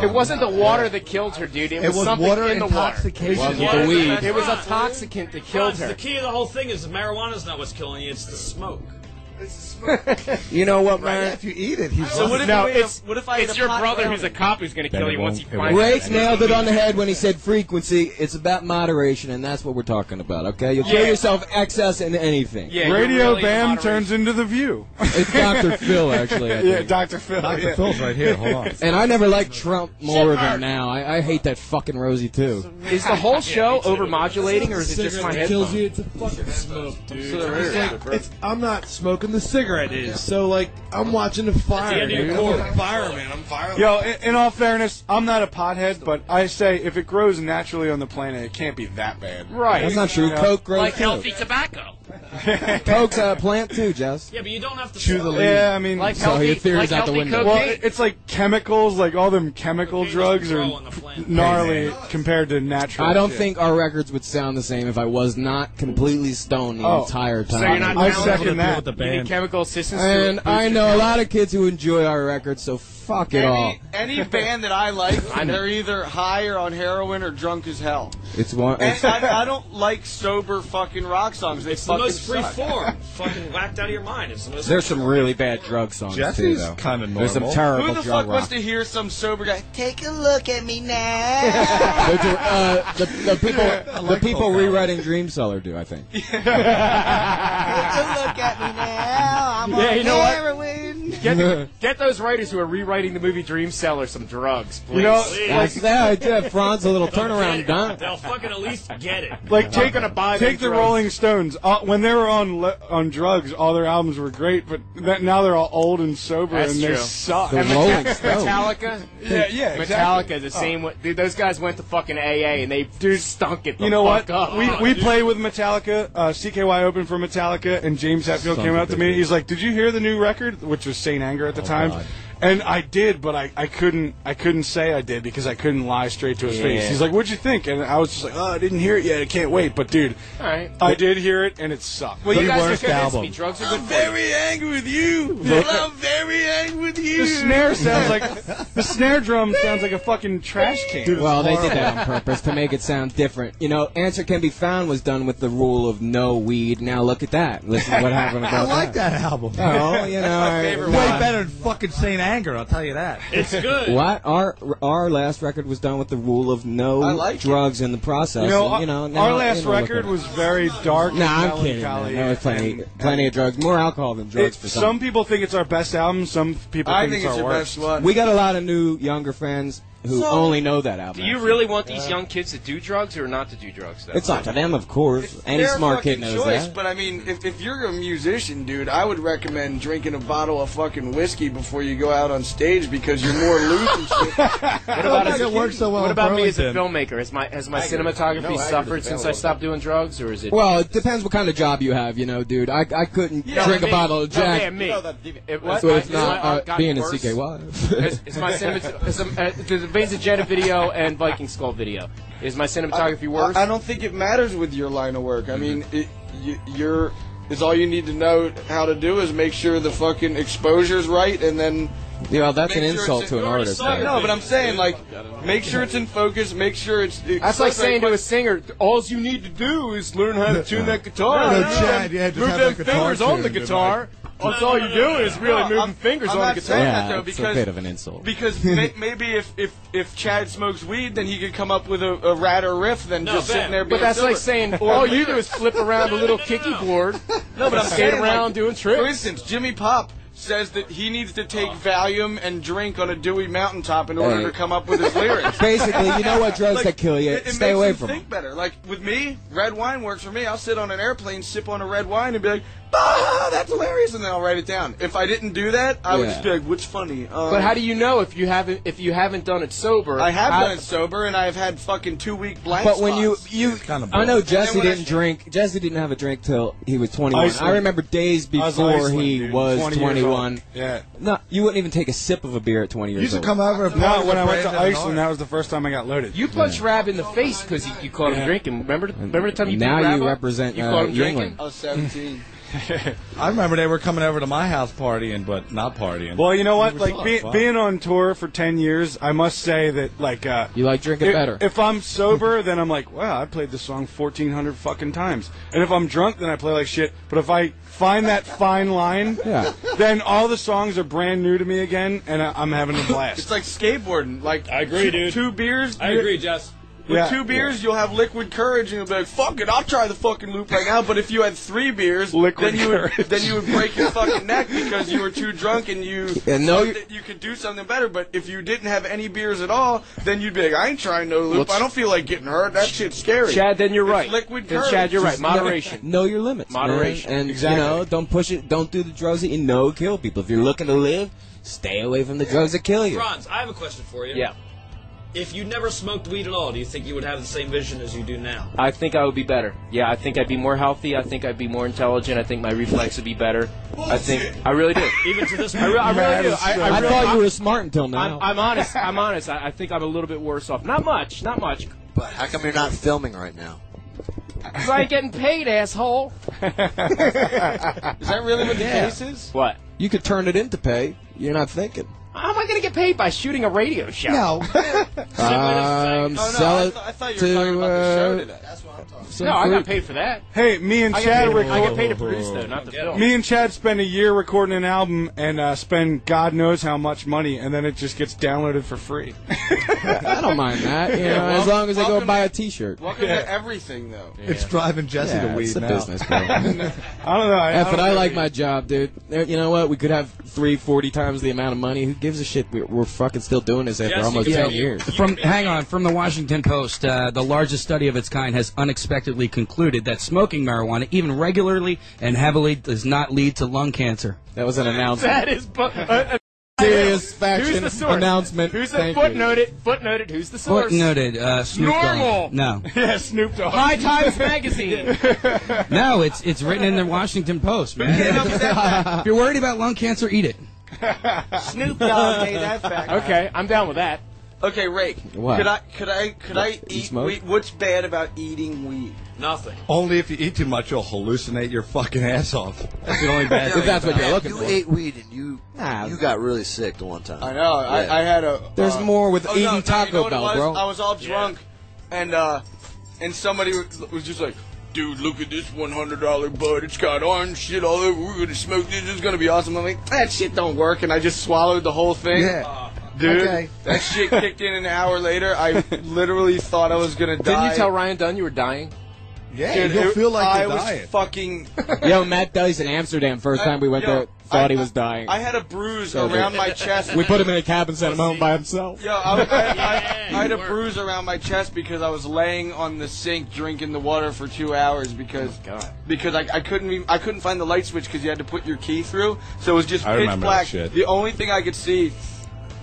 Speaker 9: It wasn't the water that killed her, dude. It,
Speaker 22: It was
Speaker 9: something
Speaker 22: water
Speaker 9: in the
Speaker 22: intoxication.
Speaker 9: water.
Speaker 22: It wasn't the weed.
Speaker 9: It was a toxicant that killed
Speaker 24: Well,
Speaker 9: her.
Speaker 24: The key of the whole thing is marijuana's not what's killing you; it's the smoke.
Speaker 7: You know what,
Speaker 17: Right,
Speaker 7: Ryan?
Speaker 17: if you eat it, he's
Speaker 7: So what if
Speaker 9: no,
Speaker 7: you ate
Speaker 9: it's,
Speaker 7: a- what if I
Speaker 9: it's
Speaker 7: ate a
Speaker 9: your
Speaker 7: pot
Speaker 9: brother
Speaker 7: brownie?
Speaker 9: who's a cop who's going to
Speaker 7: Then
Speaker 9: kill
Speaker 7: it
Speaker 9: you once he
Speaker 7: won't- it
Speaker 9: finds
Speaker 7: Rake
Speaker 9: out.
Speaker 7: nailed it on the head when he said frequency. It's about moderation, and that's what we're talking about. Okay, you'll kill
Speaker 8: Yeah.
Speaker 7: yourself excess in anything.
Speaker 8: Radio Bam turns into the View.
Speaker 7: It's Dr. Phil, actually. I
Speaker 8: yeah,
Speaker 7: think.
Speaker 8: Dr. Phil.
Speaker 7: Dr.
Speaker 8: yeah.
Speaker 7: Phil's right here, hold on. And I never liked Trump more than now. I, I hate that fucking Rosie too.
Speaker 26: Is the whole show overmodulating, or is it just my
Speaker 2: cigarette kills
Speaker 26: headphones?
Speaker 2: you. It's a fucking smoke, dude.
Speaker 26: So there
Speaker 2: It's
Speaker 26: is.
Speaker 2: like- it's- I'm not smoking. The cigarette is. So like, I'm watching the fire.
Speaker 8: end of your
Speaker 2: dude.
Speaker 8: cord.
Speaker 2: I'm fire, man. I'm fire.
Speaker 8: Yo, in, in all fairness, I'm not a pothead, but I say if it grows naturally on the planet, it can't be that bad.
Speaker 7: Right. That's not true.
Speaker 8: You
Speaker 7: Coke grows
Speaker 8: Like
Speaker 7: too.
Speaker 8: healthy
Speaker 9: tobacco.
Speaker 7: Coke's a plant too, Jess.
Speaker 9: Yeah, but you don't have to.
Speaker 7: Chew the leaf.
Speaker 8: Yeah, I mean,
Speaker 7: Like So healthy- your theory's like out the healthy window.
Speaker 8: Well,
Speaker 7: cocaine.
Speaker 8: it's like chemicals, like all them chemical drugs are gnarly compared to natural.
Speaker 7: I don't
Speaker 8: shit.
Speaker 7: think our records would sound the same if I was not completely stoned the
Speaker 8: Oh.
Speaker 7: entire
Speaker 8: So
Speaker 7: time.
Speaker 8: you're not I down second with the- that. with the
Speaker 9: You need chemical assistance.
Speaker 7: And
Speaker 9: to
Speaker 7: I know a lot of kids who enjoy our records, so fuck it all.
Speaker 6: Any, any band that I like,
Speaker 7: I know.
Speaker 6: they're either high or on heroin or drunk as hell.
Speaker 7: Uh, It's one.
Speaker 6: And I, I don't like sober fucking rock songs. They
Speaker 9: It's the
Speaker 6: fucking
Speaker 9: most free
Speaker 6: suck.
Speaker 9: form. fucking whacked out of your mind. It's the most.
Speaker 7: There's some really bad drug songs too,
Speaker 2: Jesse's
Speaker 7: though.
Speaker 2: kinda
Speaker 7: There's some
Speaker 2: normal.
Speaker 7: terrible
Speaker 6: Who the
Speaker 7: drug
Speaker 6: fuck
Speaker 7: rock.
Speaker 6: wants to hear some sober guy? Take a look at me now.
Speaker 7: They're do- uh, the, the people, the people rewriting Dream Seller do, I think.
Speaker 6: look at me now.
Speaker 9: I'm Yeah, on you know what?
Speaker 6: heroin.
Speaker 9: Get, the- get those writers who are rewriting the movie Dream Seller some drugs, please.
Speaker 8: You know,
Speaker 7: That's that idea. Franz, a little turnaround done.
Speaker 9: They'll fucking at least get it.
Speaker 8: Like
Speaker 9: They're
Speaker 8: take,
Speaker 9: gonna buy
Speaker 8: take the
Speaker 9: them drugs.
Speaker 8: Rolling Stones. Uh, when they were on le- on drugs, all their albums were great, but that, now they're all old and sober
Speaker 9: That's
Speaker 8: and
Speaker 9: true.
Speaker 8: they suck.
Speaker 9: And Meta- Metallica.
Speaker 8: Yeah, yeah, exactly.
Speaker 9: Metallica. The same. way Dude, those guys went to fucking AA and they stunk it. The
Speaker 8: You know
Speaker 9: fuck
Speaker 8: what?
Speaker 9: Up.
Speaker 8: We we played with Metallica. Uh, CKY opened for Metallica, and James Hetfield
Speaker 9: Son
Speaker 8: came
Speaker 9: of a Oh,
Speaker 8: out to me. He's like, "Did you hear the new record?" Which was Saint Anger at the time.
Speaker 9: God.
Speaker 8: And I did, but I, I couldn't I couldn't say I did because I couldn't lie straight to his face.
Speaker 9: Yeah.
Speaker 8: He's like, "What'd you think?" And I was just like, "Oh, I didn't hear it yet. I can't wait." But dude,
Speaker 9: All right.
Speaker 8: I did hear it, and it sucked.
Speaker 9: Well, you guys just convinced me drugs are good for you.
Speaker 8: angry with you.
Speaker 9: Look-
Speaker 8: I'm
Speaker 6: very angry with
Speaker 8: The snare sounds like the snare drum sounds like a fucking trash can.
Speaker 7: well, they did that on purpose to make it sound different. You know, Answer Can Be Found was done with the rule of no weed. Now look at that. Listen to what happened
Speaker 4: I
Speaker 7: about
Speaker 4: like that album.
Speaker 7: Oh, you know, I-
Speaker 4: way
Speaker 7: why-
Speaker 4: better than fucking Saint Anger. I'll tell you that.
Speaker 9: It's good.
Speaker 7: What our our last record was done with the rule of no
Speaker 4: I like it.
Speaker 7: drugs in the process.
Speaker 8: You know,
Speaker 7: and, you know,
Speaker 8: our-
Speaker 7: now,
Speaker 8: our last
Speaker 7: you know, look
Speaker 8: record
Speaker 7: at it.
Speaker 8: was very dark.
Speaker 7: Nah,
Speaker 8: and
Speaker 7: I'm kidding. Man.
Speaker 8: melancholy.
Speaker 7: There was plenty, plenty of drugs, more alcohol than drugs
Speaker 8: It-
Speaker 7: for
Speaker 8: some people think it's our best album. Some people
Speaker 7: I
Speaker 8: think,
Speaker 7: think
Speaker 8: it's,
Speaker 7: it's
Speaker 8: our
Speaker 7: your
Speaker 8: worst.
Speaker 7: best We got a lot of new younger fans who
Speaker 9: So-
Speaker 7: only know that album.
Speaker 9: Do you really want these young kids to do drugs or not to do drugs? Though?
Speaker 7: It's not to them, of course. Any
Speaker 6: They're a
Speaker 7: smart kid
Speaker 6: fucking
Speaker 7: knows
Speaker 6: choice,
Speaker 7: that.
Speaker 6: But I mean, if, if you're a musician, dude, I would recommend drinking a bottle of fucking whiskey before you go out on stage because you're more loose. and shit.
Speaker 9: What about,
Speaker 6: It
Speaker 9: as,
Speaker 6: works so well
Speaker 9: what
Speaker 6: in
Speaker 9: about me as a
Speaker 6: Burlington.
Speaker 9: filmmaker? Has my has my
Speaker 6: Haggard.
Speaker 9: cinematography
Speaker 6: No, Haggard is
Speaker 9: suffered since I
Speaker 6: available.
Speaker 9: stopped doing drugs, or is it?
Speaker 7: Well, it depends what kind of job you have, you know, dude. I, I couldn't
Speaker 9: Yeah,
Speaker 7: drink
Speaker 9: I
Speaker 7: a
Speaker 9: mean-
Speaker 7: bottle of
Speaker 9: no,
Speaker 7: Jack.
Speaker 9: yeah, me. It-
Speaker 7: So
Speaker 9: my-
Speaker 7: it's
Speaker 9: my
Speaker 7: not,
Speaker 9: art
Speaker 7: uh,
Speaker 9: got
Speaker 7: being a
Speaker 9: worse.
Speaker 7: CKY.
Speaker 9: It's, it's my cinemat- it's, um, uh, the Vasagena video and Viking Skull video. Is my cinematography worse?
Speaker 6: I, I don't think it matters with your line of work. I mean, it, you, you're is all you need to know how to do is make sure the fucking exposure's right, and then.
Speaker 7: Yeah, well, that's
Speaker 6: make
Speaker 7: an
Speaker 6: sure
Speaker 7: insult
Speaker 6: it's
Speaker 7: to
Speaker 6: in-
Speaker 7: an artist, though.
Speaker 6: No, but I'm saying like, make sure it's in focus. Make sure it's.
Speaker 9: That's like saying to a singer, all you need to do is learn how to tune that guitar.
Speaker 6: No,
Speaker 9: Move
Speaker 6: no,
Speaker 9: them-
Speaker 6: Chad, yeah, just
Speaker 9: move
Speaker 6: have
Speaker 9: them
Speaker 6: that guitar
Speaker 9: fingers on the
Speaker 6: tuned, dude,
Speaker 9: guitar. That's all you're doing is really
Speaker 6: No,
Speaker 9: moving
Speaker 6: I'm-
Speaker 9: fingers
Speaker 6: I'm
Speaker 9: on
Speaker 6: not
Speaker 9: the guitar.
Speaker 6: saying that, though,
Speaker 7: it's a
Speaker 6: because-
Speaker 7: bit of an insult.
Speaker 6: Because may, maybe if, if if Chad smokes weed, then he could come up with a, a radder riff than
Speaker 9: No,
Speaker 6: just
Speaker 9: bam.
Speaker 6: sitting there.
Speaker 9: But
Speaker 6: being
Speaker 9: that's like
Speaker 6: sober.
Speaker 9: saying,
Speaker 6: Or
Speaker 9: all you
Speaker 6: leader.
Speaker 9: do is flip around a little kicky board.
Speaker 6: No, but I'm
Speaker 9: skate
Speaker 6: saying,
Speaker 9: around
Speaker 6: like,
Speaker 9: doing tricks. Oh.
Speaker 6: For instance, Jimmy Pop says that he needs to take Valium and drink on a Dewey mountaintop in order
Speaker 7: Hey.
Speaker 6: to come up with his lyrics.
Speaker 7: Basically, you know what drugs
Speaker 6: Like,
Speaker 7: that kill you?
Speaker 6: It, it
Speaker 7: Stay
Speaker 6: makes
Speaker 7: away
Speaker 6: you
Speaker 7: from
Speaker 6: think better. Like with me, red wine works for me. I'll sit on an airplane, sip on a red wine, and be like, "Ah, that's hilarious," and then I'll write it down. If I didn't do that, I would
Speaker 9: Yeah.
Speaker 6: just be like, "What's funny?" Um,
Speaker 9: But how do you know if you haven't if you haven't done it sober?
Speaker 6: I have
Speaker 9: how-
Speaker 6: done it sober, and I've had fucking two week blank.
Speaker 7: But when you
Speaker 6: spots.
Speaker 7: you,
Speaker 6: of
Speaker 7: I know
Speaker 6: both. And
Speaker 7: Jesse
Speaker 6: when I-
Speaker 7: didn't drink. Jesse didn't have a drink till he was 21.
Speaker 8: Iceland.
Speaker 7: I remember days
Speaker 8: I was in
Speaker 7: before
Speaker 8: Iceland,
Speaker 7: he
Speaker 8: dude.
Speaker 7: was
Speaker 8: 20 years
Speaker 7: 21.
Speaker 8: old. Yeah.
Speaker 7: No, you wouldn't even take a sip of a beer at 20 years old.
Speaker 8: over.
Speaker 7: and party
Speaker 8: No, when
Speaker 7: with
Speaker 8: I went to
Speaker 7: Brandon and
Speaker 8: Iceland, that was the first time I got loaded.
Speaker 9: You punched Rab in the face because you, you caught him drinking. Remember, remember the time you
Speaker 7: now
Speaker 9: beat Rab
Speaker 7: you
Speaker 9: up?
Speaker 7: represent,
Speaker 9: you
Speaker 7: uh,
Speaker 9: caught him
Speaker 7: Yingling.
Speaker 9: drinking.
Speaker 6: I was 17.
Speaker 3: I remember they were coming over to my house partying, but not partying.
Speaker 8: Well, you know what?
Speaker 3: We were
Speaker 8: Like
Speaker 3: still
Speaker 8: be,
Speaker 3: out.
Speaker 8: being on tour for ten years, I must say that like uh,
Speaker 7: You like drinking
Speaker 8: if,
Speaker 7: better.
Speaker 8: If I'm sober, then I'm like, wow, I played this song fourteen hundred fucking times. And if I'm drunk, then I play like shit. But if I find that fine line,
Speaker 7: Yeah.
Speaker 8: then all the songs are brand new to me again, and I, I'm having a blast.
Speaker 6: It's like skateboarding. Like I
Speaker 8: agree, dude.
Speaker 6: Two beers.
Speaker 8: I agree, Jess.
Speaker 6: With
Speaker 8: Yeah.
Speaker 6: two beers, you'll have liquid courage, and you'll be like, "Fuck it, I'll try the fucking loop right now." But if you had three beers,
Speaker 8: Liquid
Speaker 6: then you would,
Speaker 8: courage.
Speaker 6: then you would break your fucking neck because you were too drunk and you
Speaker 7: Yeah, no,
Speaker 6: thought
Speaker 7: you-
Speaker 6: that you could do something better. But if you didn't have any beers at all, then you'd be like, "I ain't trying no loop.
Speaker 7: Well,
Speaker 6: I don't feel like getting hurt. That shit's scary."
Speaker 7: Chad, then you're
Speaker 6: It's
Speaker 7: right.
Speaker 6: liquid
Speaker 7: Then
Speaker 6: courage.
Speaker 7: Chad, you're right.
Speaker 6: Just-
Speaker 7: Moderation. Know your limits. man.
Speaker 6: Moderation.
Speaker 7: And
Speaker 6: Exactly.
Speaker 7: you know, don't push it. Don't do the drugs that you know kill people. If you're looking to live, stay away from the drugs that kill you.
Speaker 27: Franz, I have a question for you.
Speaker 9: Yeah.
Speaker 27: If you never smoked weed at all, do you think you would have the same vision as you do now?
Speaker 9: I think I would be better. Yeah, I think I'd be more healthy. I think I'd be more intelligent. I think my reflex would be better. I think I really do.
Speaker 27: Even to this
Speaker 9: I, re- I
Speaker 27: point.
Speaker 9: really do. I, I,
Speaker 7: I
Speaker 9: really-
Speaker 7: thought you
Speaker 9: I'm-
Speaker 7: were smart until now.
Speaker 9: I'm, I'm honest. I'm honest. I, I think I'm a little bit worse off. Not much. Not much.
Speaker 4: But how come you're not filming right now?
Speaker 9: Cause I ain't getting paid, asshole.
Speaker 6: Is that really what the
Speaker 9: Yeah.
Speaker 6: case is?
Speaker 9: What?
Speaker 7: You could turn it into pay. You're not thinking.
Speaker 9: How am I gonna get paid by shooting a radio show?
Speaker 7: No.
Speaker 27: Oh,
Speaker 7: Um, sell it to, uh, some
Speaker 9: No, I got
Speaker 7: fruit-
Speaker 9: paid for that.
Speaker 8: Hey, me and
Speaker 9: I got
Speaker 8: Chad
Speaker 9: paid,
Speaker 8: record-
Speaker 9: I got paid to produce though, not to film.
Speaker 8: Me and Chad spend a year recording an album and uh, spend God knows how much money, and then it just gets downloaded for free.
Speaker 7: I don't mind that. You know, as long as they go buy a T-shirt.
Speaker 6: Welcome to everything, though.
Speaker 7: It's driving
Speaker 6: Jesse to weed
Speaker 7: It's a
Speaker 6: now.
Speaker 7: business, bro.
Speaker 6: I don't know, I-
Speaker 7: Yeah,
Speaker 6: I
Speaker 7: but
Speaker 6: don't
Speaker 7: I like
Speaker 6: really-
Speaker 7: my job, dude. Uh, You know what? We could have three, forty times the amount of money. Who gives a shit? We're, we're fucking still doing this after almost ten years.
Speaker 24: From hang on, from the Washington Post, uh, the largest study of its kind has unexpectedly concluded that smoking marijuana, even regularly and heavily, does not lead to lung cancer.
Speaker 7: That was an announcement.
Speaker 9: That is bu- uh, uh,
Speaker 7: Serious
Speaker 9: Who's
Speaker 7: faction
Speaker 9: the source?
Speaker 7: announcement.
Speaker 9: Who's the
Speaker 7: Thank you.
Speaker 9: footnoted? Footnoted. Who's the source?
Speaker 24: Footnoted, uh, Snoop Dogg.
Speaker 9: Normal.
Speaker 24: No.
Speaker 8: Yeah, Snoop Dogg.
Speaker 9: High Times Magazine.
Speaker 24: No, it's it's written in the Washington Post, man. if you're worried about lung cancer, eat it.
Speaker 9: Snoop
Speaker 24: Dogg made that fact.
Speaker 9: Okay, I'm down with that.
Speaker 6: Okay, Rake.
Speaker 24: What?
Speaker 6: Could I could I could I
Speaker 24: What, you
Speaker 6: eat
Speaker 24: smoke?
Speaker 6: weed? What's bad about eating weed? Nothing.
Speaker 3: Only if you eat too much, you'll hallucinate your fucking ass off. That's the only
Speaker 6: Yeah,
Speaker 3: bad
Speaker 6: if
Speaker 3: thing.
Speaker 6: that's
Speaker 3: about
Speaker 6: what you're
Speaker 3: it.
Speaker 6: looking
Speaker 4: you
Speaker 6: for.
Speaker 4: ate weed and you you got really sick the one time.
Speaker 6: I know.
Speaker 4: Yeah.
Speaker 6: I, I had a. uh, oh,
Speaker 4: There's more with eating Taco
Speaker 6: what it
Speaker 4: Bell,
Speaker 6: was?
Speaker 4: bro.
Speaker 6: I was all drunk, and uh, and somebody was was just like, "Dude, look at this one hundred dollar bud. It's got orange shit all over. We're gonna smoke this. It's gonna be awesome." I'm like, "That shit don't work," and I just swallowed the whole thing.
Speaker 8: Yeah.
Speaker 6: Dude,
Speaker 8: Okay.
Speaker 6: that shit kicked in an hour later. I literally thought I was gonna die.
Speaker 9: Didn't you tell Ryan Dunn you were dying?
Speaker 6: Dude, it- I was
Speaker 9: dying.
Speaker 6: fucking
Speaker 7: Yo, Matt Dice in Amsterdam. First time we went
Speaker 6: Yo,
Speaker 7: there, thought
Speaker 6: I-
Speaker 7: he was dying.
Speaker 6: I had a bruise
Speaker 7: So
Speaker 6: around
Speaker 7: good.
Speaker 6: my chest.
Speaker 7: We put him in a cab and sent him home by himself.
Speaker 6: Yeah, I, I, I, I had a bruise around my chest because I was laying on the sink drinking the water for two hours because
Speaker 3: Oh
Speaker 6: because I, I couldn't even, I couldn't find the light switch because you had to put your key through, so it was just
Speaker 3: I
Speaker 6: pitch
Speaker 3: remember that
Speaker 6: black.
Speaker 3: shit.
Speaker 6: The only thing I could see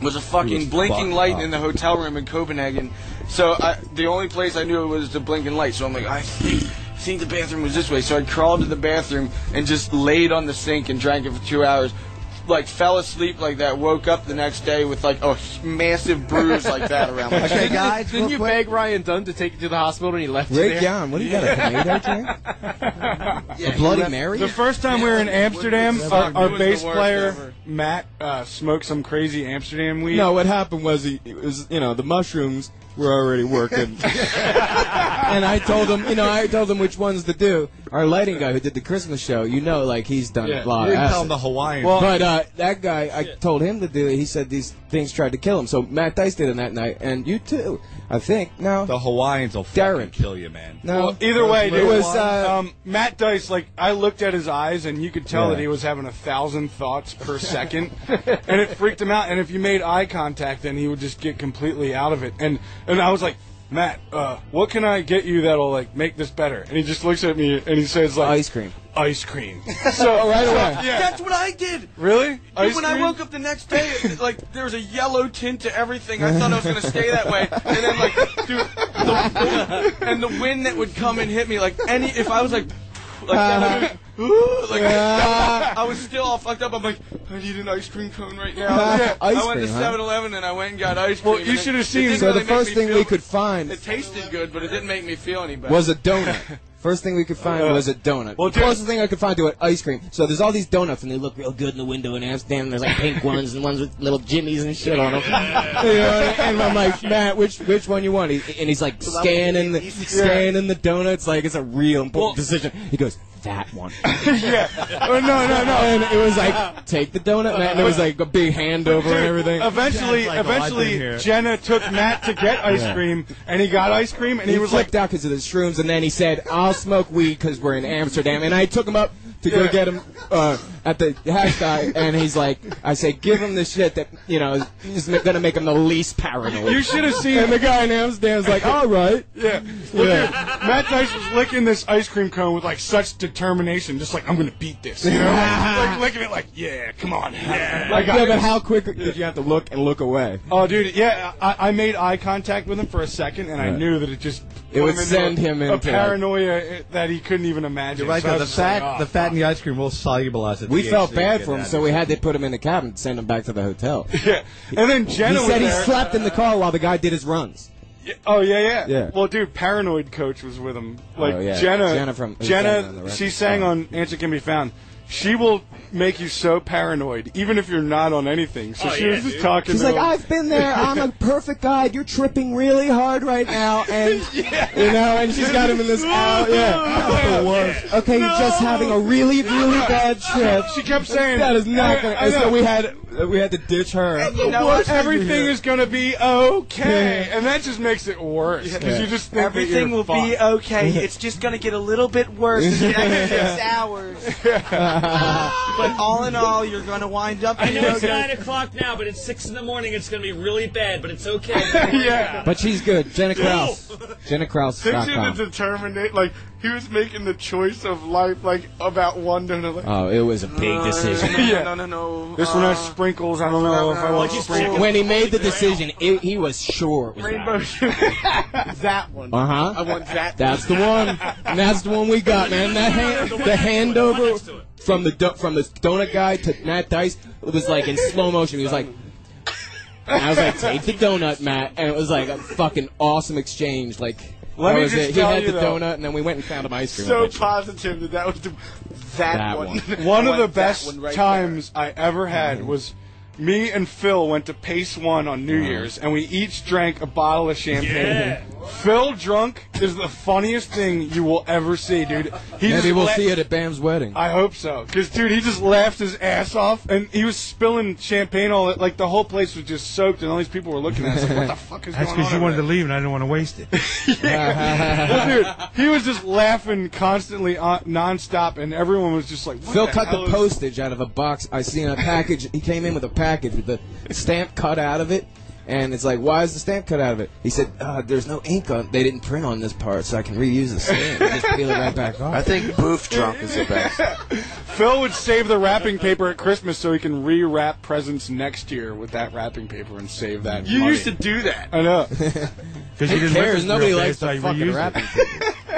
Speaker 6: was a
Speaker 3: He
Speaker 6: fucking
Speaker 3: was
Speaker 6: blinking
Speaker 3: fucked
Speaker 6: light
Speaker 3: up.
Speaker 6: in the hotel room in Copenhagen. So I, the only place I knew it was the blinking light. So I'm like, I think, I think the bathroom was this way. So I crawled to the bathroom and just laid on the sink and drank it for two hours. Like fell asleep like that. Woke up the next day with like a massive bruise like that around. My
Speaker 9: Didn't
Speaker 6: chest.
Speaker 9: you- Didn't you beg Ryan Dunn to take you to the hospital and he left you
Speaker 7: Rick
Speaker 9: there?
Speaker 7: Young, what do you got? A tomato drink? a Bloody Mary?
Speaker 8: The first time we were in Amsterdam,
Speaker 7: Never.
Speaker 8: our, our
Speaker 7: It was the
Speaker 8: bass
Speaker 7: worst
Speaker 8: player
Speaker 7: ever.
Speaker 8: Matt uh, smoked some crazy Amsterdam weed.
Speaker 7: No, what happened was he it was you know the mushrooms were already working, and I told him you know I told him which ones to do. Our lighting guy who did the Christmas show, you know, like he's done
Speaker 3: Yeah,
Speaker 7: a lot.
Speaker 3: you
Speaker 7: of
Speaker 3: tell
Speaker 7: acid.
Speaker 3: him the Hawaiian.
Speaker 7: Well,
Speaker 3: Well-
Speaker 7: but uh, that guy, I told him to do it. He said these things tried to kill him. So Matt Dice did it that night, and you too, I think. No, the
Speaker 3: Hawaiians will
Speaker 7: Darren.
Speaker 3: kill you, man.
Speaker 7: No,
Speaker 8: Well, either way, dude,
Speaker 7: it was. Uh,
Speaker 8: um, Matt Dice. Like I looked at his eyes, and you could tell
Speaker 7: Yeah.
Speaker 8: that he was having a thousand thoughts per second, and it freaked him out. And if you made eye contact, then he would just get completely out of it. And and I was like, Matt, uh, what can I get you that'll like make this better? And he just looks at me and he says like,
Speaker 7: ice cream,
Speaker 8: ice cream. So Oh, right away, yeah.
Speaker 6: That's what I did.
Speaker 8: Really?
Speaker 6: Dude,
Speaker 8: Ice
Speaker 6: when I
Speaker 8: cream?
Speaker 6: woke up the next day, it- like there was a yellow tint to everything. I thought I was gonna stay that way, and then like, dude, the, and the wind that would come and hit me, like any, if I was like, like,
Speaker 7: Uh, Uh-huh.
Speaker 6: that, like, like, I was still all fucked up. I'm like, I need an ice cream cone right now.
Speaker 7: Yeah,
Speaker 6: I
Speaker 7: Uh, ice
Speaker 6: went to
Speaker 7: cream, huh?
Speaker 6: 7-Eleven and I went and got ice cream.
Speaker 7: Well,
Speaker 6: and
Speaker 7: you
Speaker 6: it-
Speaker 7: should have
Speaker 6: it
Speaker 7: seen-
Speaker 6: didn't
Speaker 7: So the
Speaker 6: really make
Speaker 7: first
Speaker 6: me
Speaker 7: thing we
Speaker 6: feel-
Speaker 7: could find-
Speaker 6: It tasted good, but it didn't make me feel any better.
Speaker 7: was a donut. First thing we could find
Speaker 5: Uh,
Speaker 7: was a donut.
Speaker 5: well,
Speaker 7: the closest thing I could find to it, ice cream. So there's all these donuts, and they look real good in the window in Amsterdam. There's like pink ones and ones with little jimmies and shit on them. and I'm like, Matt, which which one you want? He, and he's like scanning the scanning the donuts, like it's a real important decision. He goes, that one.
Speaker 6: yeah.
Speaker 7: Oh no no no! And it was like, take the donut, Matt. And it was like a big hand over and
Speaker 8: Dude,
Speaker 7: everything.
Speaker 8: Eventually, eventually, Jenna took Matt to get ice
Speaker 7: Yeah.
Speaker 8: cream, and he got ice cream, and he, was like,
Speaker 7: flipped out because of the shrooms, and then he said, "I'll smoke weed because we're in Amsterdam." And I took him up to
Speaker 8: Yeah.
Speaker 7: go get him uh, at the hash guy, and he's like, "I say, give him the shit that you know is going to make him the least paranoid."
Speaker 8: You should have seen-
Speaker 7: And the guy in Amsterdam's like, "All right."
Speaker 8: "Yeah, look
Speaker 7: Yeah.
Speaker 8: at- Matt Dice was licking this ice cream cone with like such determination, just like I'm gonna beat this." You know? like licking it, like, "Yeah, come on, yeah." I
Speaker 7: Like,
Speaker 8: got
Speaker 7: yeah, but
Speaker 8: this."
Speaker 7: how quick did you have to look and look away?
Speaker 8: Oh, dude, yeah, I, I made eye contact with him for a second, and I
Speaker 7: Right.
Speaker 8: knew that it just
Speaker 7: It
Speaker 8: put
Speaker 7: would
Speaker 8: him into
Speaker 7: send
Speaker 8: a-
Speaker 7: him
Speaker 8: a
Speaker 7: into, like-
Speaker 8: paranoia uh, that he couldn't even imagine.
Speaker 12: You're right.
Speaker 8: So I
Speaker 12: though, the
Speaker 8: was just like,
Speaker 12: fat,
Speaker 8: "Oh,
Speaker 12: the fat in the ice cream will solubilize it.
Speaker 7: We felt bad for him, so we had to put him in the cabin, and send him back to the hotel.
Speaker 8: Yeah, and then Jenna
Speaker 7: he
Speaker 8: was
Speaker 7: said he
Speaker 8: there.
Speaker 7: slept in the car while the guy did his runs.
Speaker 8: Yeah, Oh yeah, yeah,
Speaker 7: Yeah.
Speaker 8: Well, dude, Paranoid Coach was with him. Like
Speaker 7: Oh, yeah.
Speaker 8: Jenna,
Speaker 7: Jenna from- who sang on the
Speaker 8: Jenna,
Speaker 7: record.
Speaker 8: she sang on "Answer Can Be Found." She will make you so paranoid, even if you're not on anything. So
Speaker 7: Oh,
Speaker 8: she
Speaker 7: yeah,
Speaker 8: was just
Speaker 7: dude.
Speaker 8: talking.
Speaker 7: She's
Speaker 8: to
Speaker 7: like,
Speaker 8: him.
Speaker 7: I've been there. I'm a perfect guy. You're tripping really hard right now, and you know, and she's got him in this out. Yeah, That's the worst. Okay, you're just having a really, really bad trip.
Speaker 8: She kept saying
Speaker 7: that is not gonna.
Speaker 8: I- I
Speaker 7: and so
Speaker 8: know.
Speaker 7: we had we had to ditch her.
Speaker 8: You know what? Everything is gonna be okay, and that just makes it worse because
Speaker 7: Yeah.
Speaker 8: you just think that
Speaker 28: Everything
Speaker 8: you're
Speaker 28: will
Speaker 8: fucked.
Speaker 28: be okay. It's just going to get a little bit worse in the next six hours.
Speaker 1: but
Speaker 28: all in all, you're going to wind up.
Speaker 1: I
Speaker 28: being
Speaker 1: know it's
Speaker 28: okay.
Speaker 1: nine o'clock now, but it's six in the morning. It's gonna be really bad, but it's okay.
Speaker 8: yeah.
Speaker 7: But she's good, Jenna Kraus. Jenna Kraus.
Speaker 8: Picture the determinate, like he was making the choice of life, like about one donor. Like,
Speaker 7: Oh, it was a big decision.
Speaker 8: yeah. no, no, no. This one has sprinkles. I don't know if I want sprinkles.
Speaker 7: When he made the decision, it, he was sure it was
Speaker 8: Rainbow
Speaker 28: that one.
Speaker 7: Uh huh.
Speaker 28: I want that
Speaker 7: That's the one. And that's the one we got, man. That hand, the handover from the do- from the donut guy to Matt Dice was like in slow motion. He was like, and I was like, take the donut, Matt, and it was like a fucking awesome exchange. Like,
Speaker 8: Let
Speaker 7: that
Speaker 8: me
Speaker 7: was
Speaker 8: just
Speaker 7: it.
Speaker 8: tell
Speaker 7: he had
Speaker 8: you,
Speaker 7: the
Speaker 8: though,
Speaker 7: donut, and then we went and found him ice cream.
Speaker 8: so positive that that was the, that,
Speaker 7: That one.
Speaker 8: one.
Speaker 7: One
Speaker 8: of the
Speaker 7: that
Speaker 8: best
Speaker 7: one right
Speaker 8: times I ever had was me and Phil went to Pace One on
Speaker 7: Uh-huh.
Speaker 8: New Year's, and we each drank a bottle of champagne. Phil drunk is the funniest thing you will ever see, dude. He
Speaker 7: Maybe
Speaker 8: just
Speaker 7: we'll
Speaker 8: let-
Speaker 7: see it at Bam's wedding.
Speaker 8: I hope so, because dude, he just laughed his ass off, and he was spilling champagne all like the whole place was just soaked, and all these people were looking at us like, "What the fuck is
Speaker 11: That's
Speaker 8: going on?"
Speaker 11: because you
Speaker 8: over
Speaker 11: wanted to leave and I didn't want to waste it.
Speaker 8: well, dude, he was just laughing constantly, on, nonstop, and everyone was just like, what
Speaker 7: Phil
Speaker 8: the
Speaker 7: cut
Speaker 8: hell
Speaker 7: the
Speaker 8: is-
Speaker 7: postage out of a box I seen a package. He came in with a package with the stamp cut out of it, and it's like, why is the stamp cut out of it? He said, uh, "There's no ink on. They didn't print on this part, so I can reuse the stamp. and just peel it right back off."
Speaker 5: I think boof drunk is the best.
Speaker 8: Phil would save the wrapping paper at Christmas so he can re-wrap presents next year with that wrapping paper and save that.
Speaker 29: You
Speaker 8: money.
Speaker 29: used to do that.
Speaker 8: I know.
Speaker 11: Because you didn't live
Speaker 8: cares?
Speaker 11: it
Speaker 8: Nobody
Speaker 11: real
Speaker 8: likes
Speaker 11: fast,
Speaker 8: the
Speaker 11: so you reused
Speaker 8: fucking
Speaker 11: it.
Speaker 8: wrapping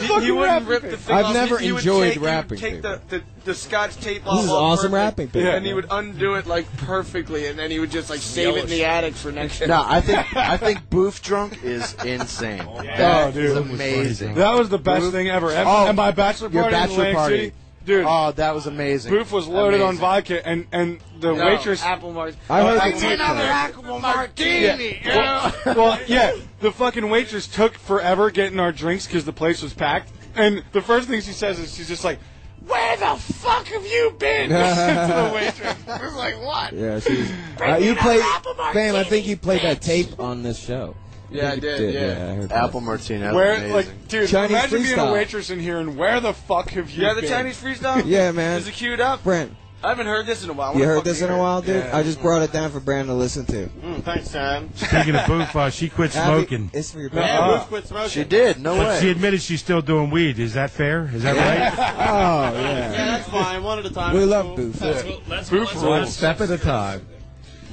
Speaker 29: You, you wouldn't rip the thing
Speaker 7: I've
Speaker 29: off.
Speaker 7: never
Speaker 29: you, you would
Speaker 7: enjoyed
Speaker 29: take,
Speaker 7: wrapping
Speaker 29: You would take the, the, the scotch tape off.
Speaker 7: is
Speaker 29: all
Speaker 7: awesome
Speaker 29: perfect,
Speaker 7: wrapping paper.
Speaker 29: And you would undo it like perfectly, and then you would just like save it in the attic for next year.
Speaker 5: No, I think I think boof drunk is insane.
Speaker 8: Oh,
Speaker 5: That
Speaker 8: dude,
Speaker 5: is amazing.
Speaker 8: That was the best thing ever. At, at my bachelor
Speaker 5: Oh, your
Speaker 8: party in
Speaker 5: bachelor
Speaker 8: Atlantic
Speaker 5: party.
Speaker 8: City, dude.
Speaker 5: Oh, that was amazing.
Speaker 8: Boof was loaded on
Speaker 5: Amazing.
Speaker 8: vodka, and and the
Speaker 29: No,
Speaker 8: waitress.
Speaker 29: Apple Mart.
Speaker 8: I heard
Speaker 29: It's
Speaker 8: the-
Speaker 29: another Apple Martini.
Speaker 8: Yeah. Well, well, yeah, the fucking waitress took forever getting our drinks because the place was packed. And the first thing she says is she's just like, "Where the fuck have you been?" to the waitress. I was like, "What?"
Speaker 7: Yeah, she was.
Speaker 8: Bring
Speaker 7: Uh,
Speaker 8: me
Speaker 7: you
Speaker 8: the
Speaker 7: play,
Speaker 8: apple
Speaker 7: Bam. I think you played that tape on this show.
Speaker 8: Yeah, I did, yeah.
Speaker 7: I heard that.
Speaker 5: Apple martini. that was
Speaker 8: Where,
Speaker 5: amazing.
Speaker 8: like, dude,
Speaker 7: Chinese
Speaker 8: imagine being a
Speaker 7: freestyle.
Speaker 8: waitress in here and where the fuck have you?
Speaker 29: Yeah, the
Speaker 8: been?
Speaker 29: Chinese freestyle.
Speaker 7: Yeah, man.
Speaker 29: Is it queued up?
Speaker 7: Brent,
Speaker 29: I haven't heard this in a while. I
Speaker 7: you
Speaker 29: wanna
Speaker 7: heard
Speaker 29: fucking
Speaker 7: this in
Speaker 29: hear
Speaker 7: a
Speaker 29: it.
Speaker 7: while, dude?
Speaker 29: Yeah.
Speaker 7: I just brought it down for Brand to listen to.
Speaker 29: Mm, thanks, Sam.
Speaker 11: Speaking of Boof, uh, she quit
Speaker 7: Abby,
Speaker 11: smoking.
Speaker 7: it's for your
Speaker 29: Yeah, Boof quit smoking. She did, no
Speaker 11: but
Speaker 29: way.
Speaker 11: She admitted she's still doing weed. Is that fair? Is that right?
Speaker 7: Oh
Speaker 29: Yeah, that's fine. One at a time.
Speaker 11: We
Speaker 29: It's
Speaker 11: love
Speaker 29: cool.
Speaker 11: Boof.
Speaker 29: That's cool. Let's, let's, let's,
Speaker 12: step at a time.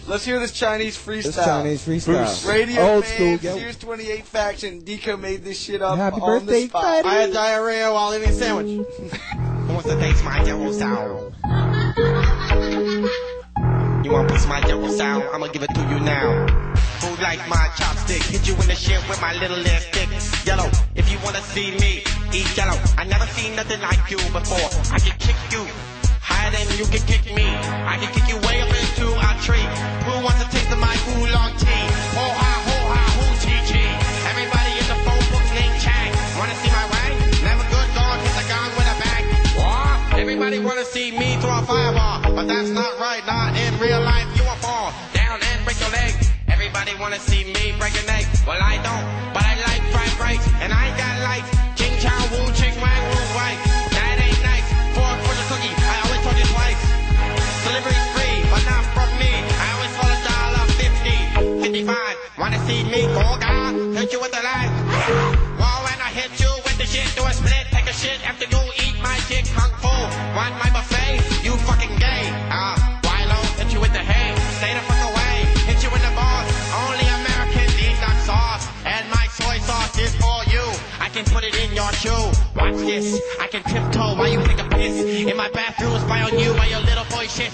Speaker 29: let's hear this Chinese freestyle.
Speaker 12: This Chinese freestyle.
Speaker 29: Boof's Radio
Speaker 12: Old
Speaker 29: Fame,
Speaker 12: school, yo.
Speaker 29: Sears 28 faction. Deco made this shit up
Speaker 12: Happy
Speaker 29: on
Speaker 12: birthday,
Speaker 29: the spot. I had diarrhea while eating a sandwich.
Speaker 3: Who wants to taste my devil sound? You want to taste my devil sound? I'ma give it to you now. Who like my chopstick. Hit you in the shit with my little ass stick. Yellow, if you wanna see me, eat yellow. I never seen nothing like you before. I can kick you higher than you can kick me. I can kick you way up into a tree. Who wants to taste of my oolong tea? Ho ha, ho ha, hoo chee chee. Everybody in the phone book named Chang. Wanna see my wang? Never good gone, hit the gong with a bang. Wah! Everybody wanna see me throw a fireball, but that's not right, not in real life. You will fall down and break your leg. Everybody wanna see me break a neck. Well, I don't, but I like fried rice, and I got lights. Ching Chow Wu Ching Wang Wu White. That ain't nice. Fork for the cookie, I always told you twice. Delivery's free, but not from me. I always call a dollar fifty, fifty-five. Wanna see me go God? Hit you with the line. Whoa, and I hit you with the shit. Do a split, take a shit after you eat my shit. Kung Fu, want my buffet? You fucking gay. Ah, Wilo, hit you with the hay. Stay the fuck away. Hit you in the balls. Only Americans eat that sauce. And my soy sauce is for you. I can put it in your shoe. Watch this. I can tiptoe while you take a piss. In my bathroom, spy on you while your little boy shit.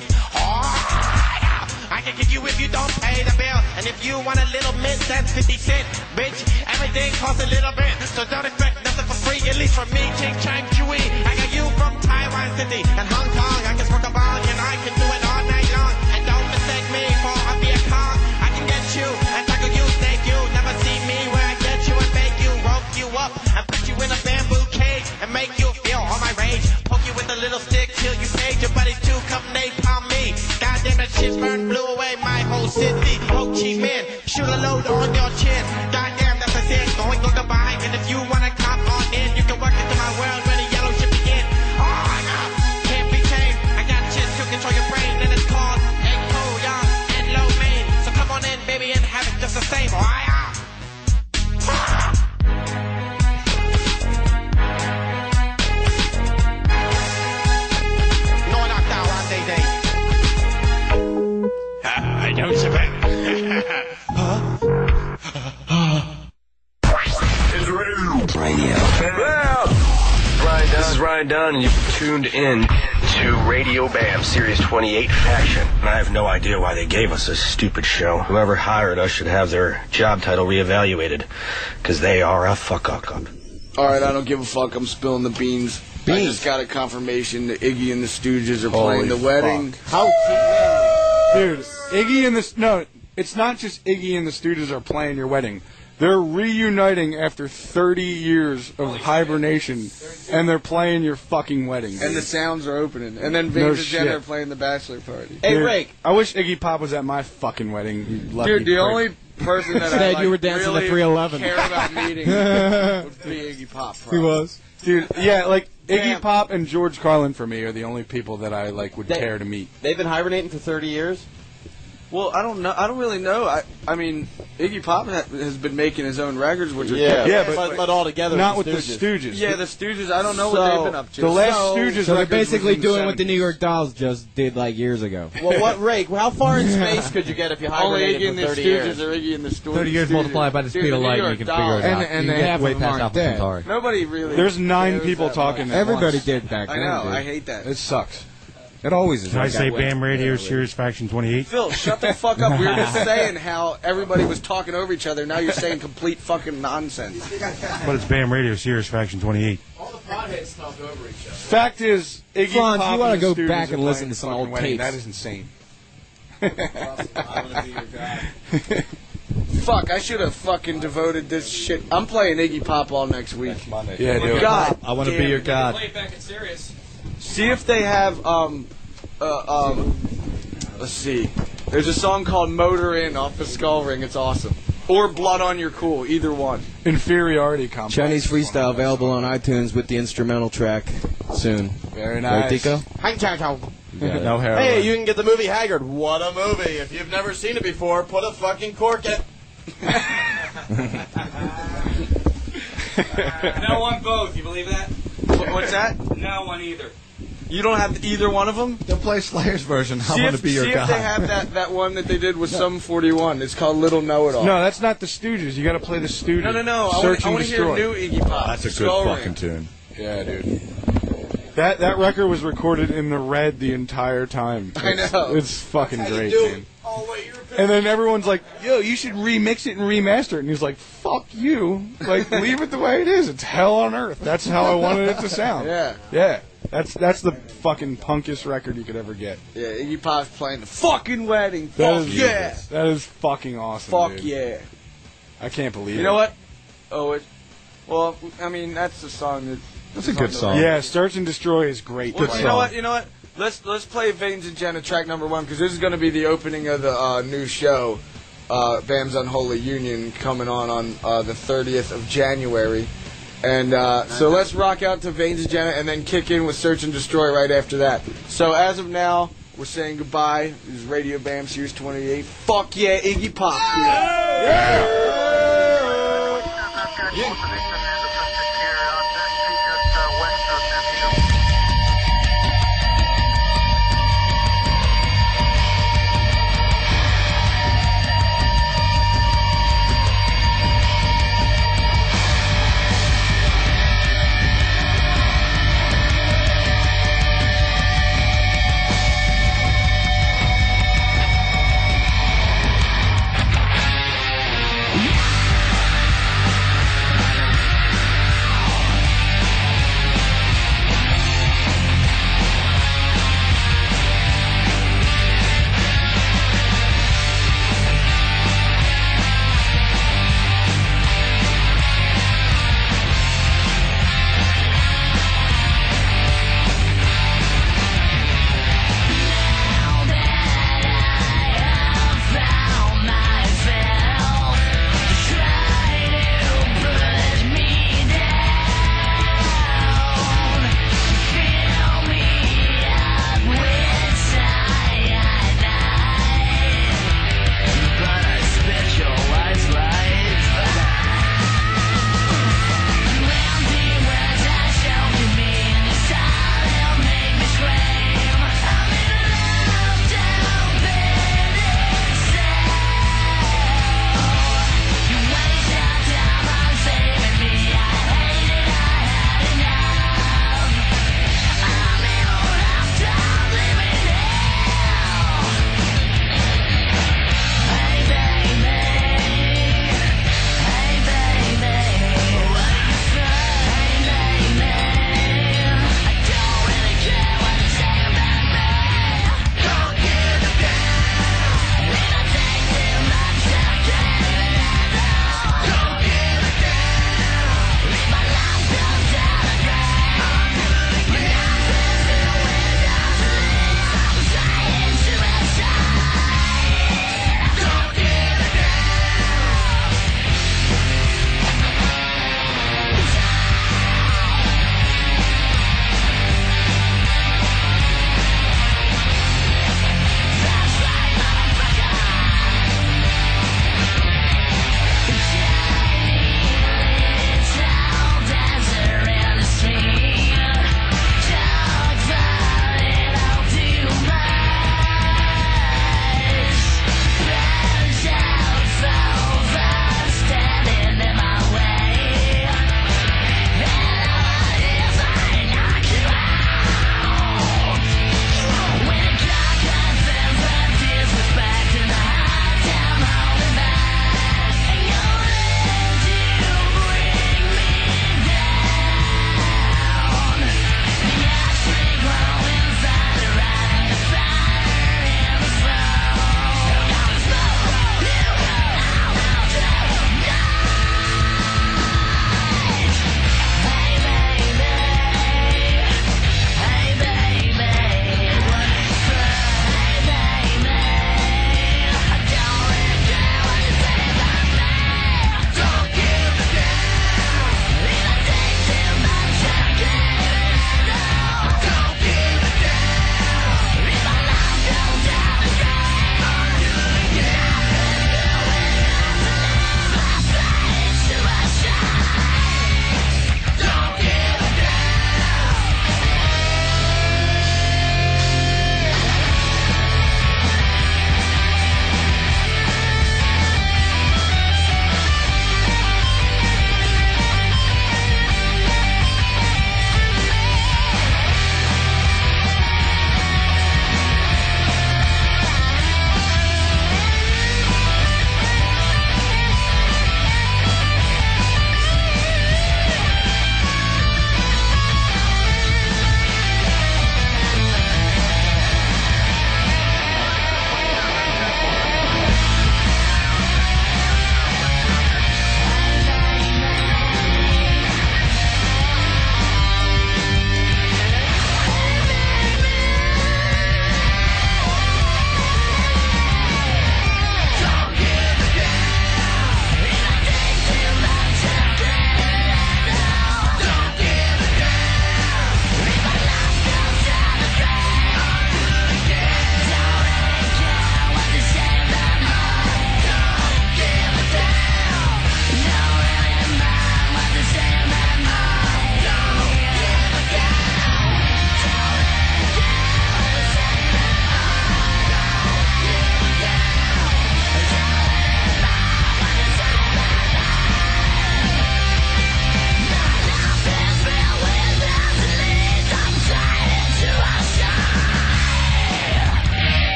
Speaker 3: I can kick you if you don't pay the bill. And if you want a little mint, that's 50 cent. Bitch, everything costs a little bit. So don't expect nothing for free, at least from me, King Chang Chui. I got you from Taiwan City and Hong Kong. I can smoke a bong and I can do it all night long. And don't mistake me for a Viet Cong. I can get you and tackle you, thank you. Never see me where I get you and make you, rope you up and put you in a bamboo cage and make you feel all my rage. Poke you with a little stick till you page. Your buddies too come napalm me. Goddamn that shit burned, blew away my whole city. Ho Chi Minh, shoot a load on your chin. Goddamn, that's a sin. Going go goodbye. And if you wanna cop on in, you can work into my world where the yellow shit begin. Oh my god, can't be tamed. I got shit to control your brain, and it's called egg poo, young and low main. So come on in, baby, and have it just the same. Oh, yeah. No, not that one, they, they. I don't
Speaker 4: Ryan Dunn. This is Ryan Dunn, and you've tuned in to Radio Bam Series 28 Faction. And I have no idea why they gave us this stupid show. Whoever hired us should have their job title reevaluated, because they are a fuck up.
Speaker 6: All right, I don't give a fuck. I'm spilling the beans. I just got a confirmation that Iggy and the Stooges are
Speaker 8: Holy
Speaker 6: playing the wedding.
Speaker 8: How? Dude, Iggy and the no, it's not just Iggy and the Stooges are playing your wedding. They're reuniting after 30 years of hibernation, and they're playing your fucking wedding.
Speaker 6: And the sounds are opening. And then
Speaker 8: No
Speaker 6: Vader
Speaker 8: shit.
Speaker 6: Jenner playing the bachelor party.
Speaker 8: Dude, I wish Iggy Pop was at my fucking wedding. You lucky
Speaker 6: Dude, the
Speaker 8: prick.
Speaker 6: only person that I
Speaker 8: Said
Speaker 6: like,
Speaker 8: you were dancing
Speaker 6: really
Speaker 8: the 311.
Speaker 6: care about meeting would be Iggy Pop. Probably.
Speaker 8: Dude, yeah, like Iggy
Speaker 6: Damn.
Speaker 8: Pop and George Carlin for me are the only people that I like would
Speaker 30: They-
Speaker 8: care to meet.
Speaker 30: They've been hibernating for 30 years.
Speaker 6: Well, I don't know. I don't really know. I, I mean, Iggy Pop ha- has been making his own records, which are
Speaker 30: Yeah. Yeah, but- But- but all together
Speaker 8: not with the with the Stooges. Stooges.
Speaker 6: Yeah, the Stooges. I don't know
Speaker 30: So-
Speaker 6: what they've been up to.
Speaker 30: The last Stooges
Speaker 7: so they're
Speaker 30: record was
Speaker 7: basically
Speaker 30: in the
Speaker 7: doing what the New York Dolls just did like years ago.
Speaker 30: Well, what rake? How far in space could you get if you
Speaker 6: Only
Speaker 30: hibernated
Speaker 6: Iggy and
Speaker 30: for
Speaker 6: the
Speaker 30: 30
Speaker 6: Stooges
Speaker 30: years?
Speaker 6: or Iggy and the Stooges.
Speaker 31: 30 years
Speaker 6: Stooges.
Speaker 31: multiplied by the
Speaker 6: Dude,
Speaker 31: speed of
Speaker 6: New
Speaker 31: light,
Speaker 6: York
Speaker 31: you can
Speaker 6: Dolls.
Speaker 31: figure it out.
Speaker 6: And,
Speaker 31: You
Speaker 6: and
Speaker 31: get
Speaker 6: they,
Speaker 31: way past Alpha Centauri.
Speaker 6: nobody really.
Speaker 8: There's nine
Speaker 6: cares
Speaker 8: people
Speaker 6: that
Speaker 8: talking.
Speaker 6: much.
Speaker 8: At
Speaker 31: Everybody
Speaker 8: once.
Speaker 31: did back
Speaker 6: I
Speaker 31: then,
Speaker 6: know.
Speaker 31: dude.
Speaker 6: I hate that.
Speaker 8: It sucks.
Speaker 31: It always is.
Speaker 9: Can I
Speaker 31: like
Speaker 9: say
Speaker 31: that.
Speaker 9: Bam Radio Series Faction 28?
Speaker 6: Phil, shut the fuck up. We were just saying how everybody was talking over each other. Now you're saying complete fucking nonsense.
Speaker 9: But it's Bam Radio Series Faction 28.
Speaker 3: All the potheads talk over each other.
Speaker 8: Fact is, Iggy
Speaker 7: Franz,
Speaker 8: Pop
Speaker 7: you ought to
Speaker 8: and the
Speaker 7: go
Speaker 8: Stooges
Speaker 7: back
Speaker 8: are
Speaker 7: and listen
Speaker 8: playing
Speaker 7: to some
Speaker 8: fucking
Speaker 7: old
Speaker 8: wedding.
Speaker 7: tapes.
Speaker 8: That is insane.
Speaker 6: Fuck, I should have fucking devoted this shit. I'm playing Iggy Pop all next week.
Speaker 32: Yeah, do it.
Speaker 6: God.
Speaker 32: I wanna be
Speaker 6: damn
Speaker 32: your
Speaker 6: it.
Speaker 32: god.
Speaker 24: Play it back at serious.
Speaker 6: See if they have um uh, um let's see. There's a song called Motor In off the Skull Ring, it's awesome. Or Blood on Your Cool, either one.
Speaker 8: Inferiority complex.
Speaker 7: Chinese freestyle available on iTunes with the instrumental track soon.
Speaker 8: Very
Speaker 7: Right, Dico?
Speaker 30: Hang tight, how-
Speaker 7: got it.
Speaker 32: No heroin.
Speaker 30: Hey, you can get the movie Haggard. What a movie! If you've never seen it before, put a fucking cork in.
Speaker 24: No on both. You believe that?
Speaker 6: Wh- What's that?
Speaker 24: No on either.
Speaker 6: You don't have either one of them?
Speaker 32: They'll play Slayer's version. I
Speaker 6: see
Speaker 32: want
Speaker 6: if,
Speaker 32: to be your
Speaker 6: see
Speaker 32: god.
Speaker 6: if they have that, that one that they did with some 41. It's called Little Know It All.
Speaker 8: No, that's not the Stooges. You got to play the Stooges.
Speaker 6: no, no, no. I
Speaker 8: Search
Speaker 6: wanna- I
Speaker 8: and
Speaker 6: want to hear
Speaker 8: destroy.
Speaker 6: new Iggy Pop.
Speaker 8: That's a good
Speaker 6: Skull Ring.
Speaker 8: fucking
Speaker 32: tune.
Speaker 6: Yeah, dude.
Speaker 8: That that record was recorded in the red the entire time.
Speaker 6: I
Speaker 8: It's-
Speaker 6: know.
Speaker 8: It's fucking great,
Speaker 6: do
Speaker 8: man.
Speaker 6: Oh wait, you're a
Speaker 8: And then everyone's like, "Yo, you should remix it and remaster it." And he's like, "Fuck you! Like, leave it the way it is. It's hell on earth. That's how I wanted it to sound."
Speaker 6: Yeah.
Speaker 8: yeah. That's that's the fucking punkest record you could ever get.
Speaker 6: Yeah, Iggy Pop's playing the fucking wedding.
Speaker 8: That
Speaker 6: Fuck
Speaker 8: is
Speaker 6: yeah.
Speaker 8: that is fucking awesome.
Speaker 6: Fuck
Speaker 8: dude.
Speaker 6: yeah.
Speaker 8: I can't believe it.
Speaker 6: You know what? Oh, it. Well, I mean, that's the song that.
Speaker 8: That's
Speaker 6: the
Speaker 8: a good song.
Speaker 6: that-
Speaker 8: Yeah, Search and Destroy is great.
Speaker 6: Well, you know what? You know what? Let's let's play Veins and Jenna track number one because this is going to be the opening of the uh, new show, uh, Bam's Unholy Union, coming on on uh, the 30th of January, and uh, so let's rock out to Veins and Jenna and then kick in with Search and Destroy right after that. So as of now, we're saying goodbye. This is Radio Bam Series 28. Fuck yeah, Iggy Pop.
Speaker 2: Thank you.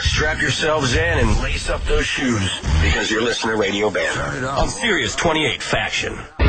Speaker 4: Strap yourselves in and lace up those shoes because you're listening to Radio Bam. On Sirius 28 Faction.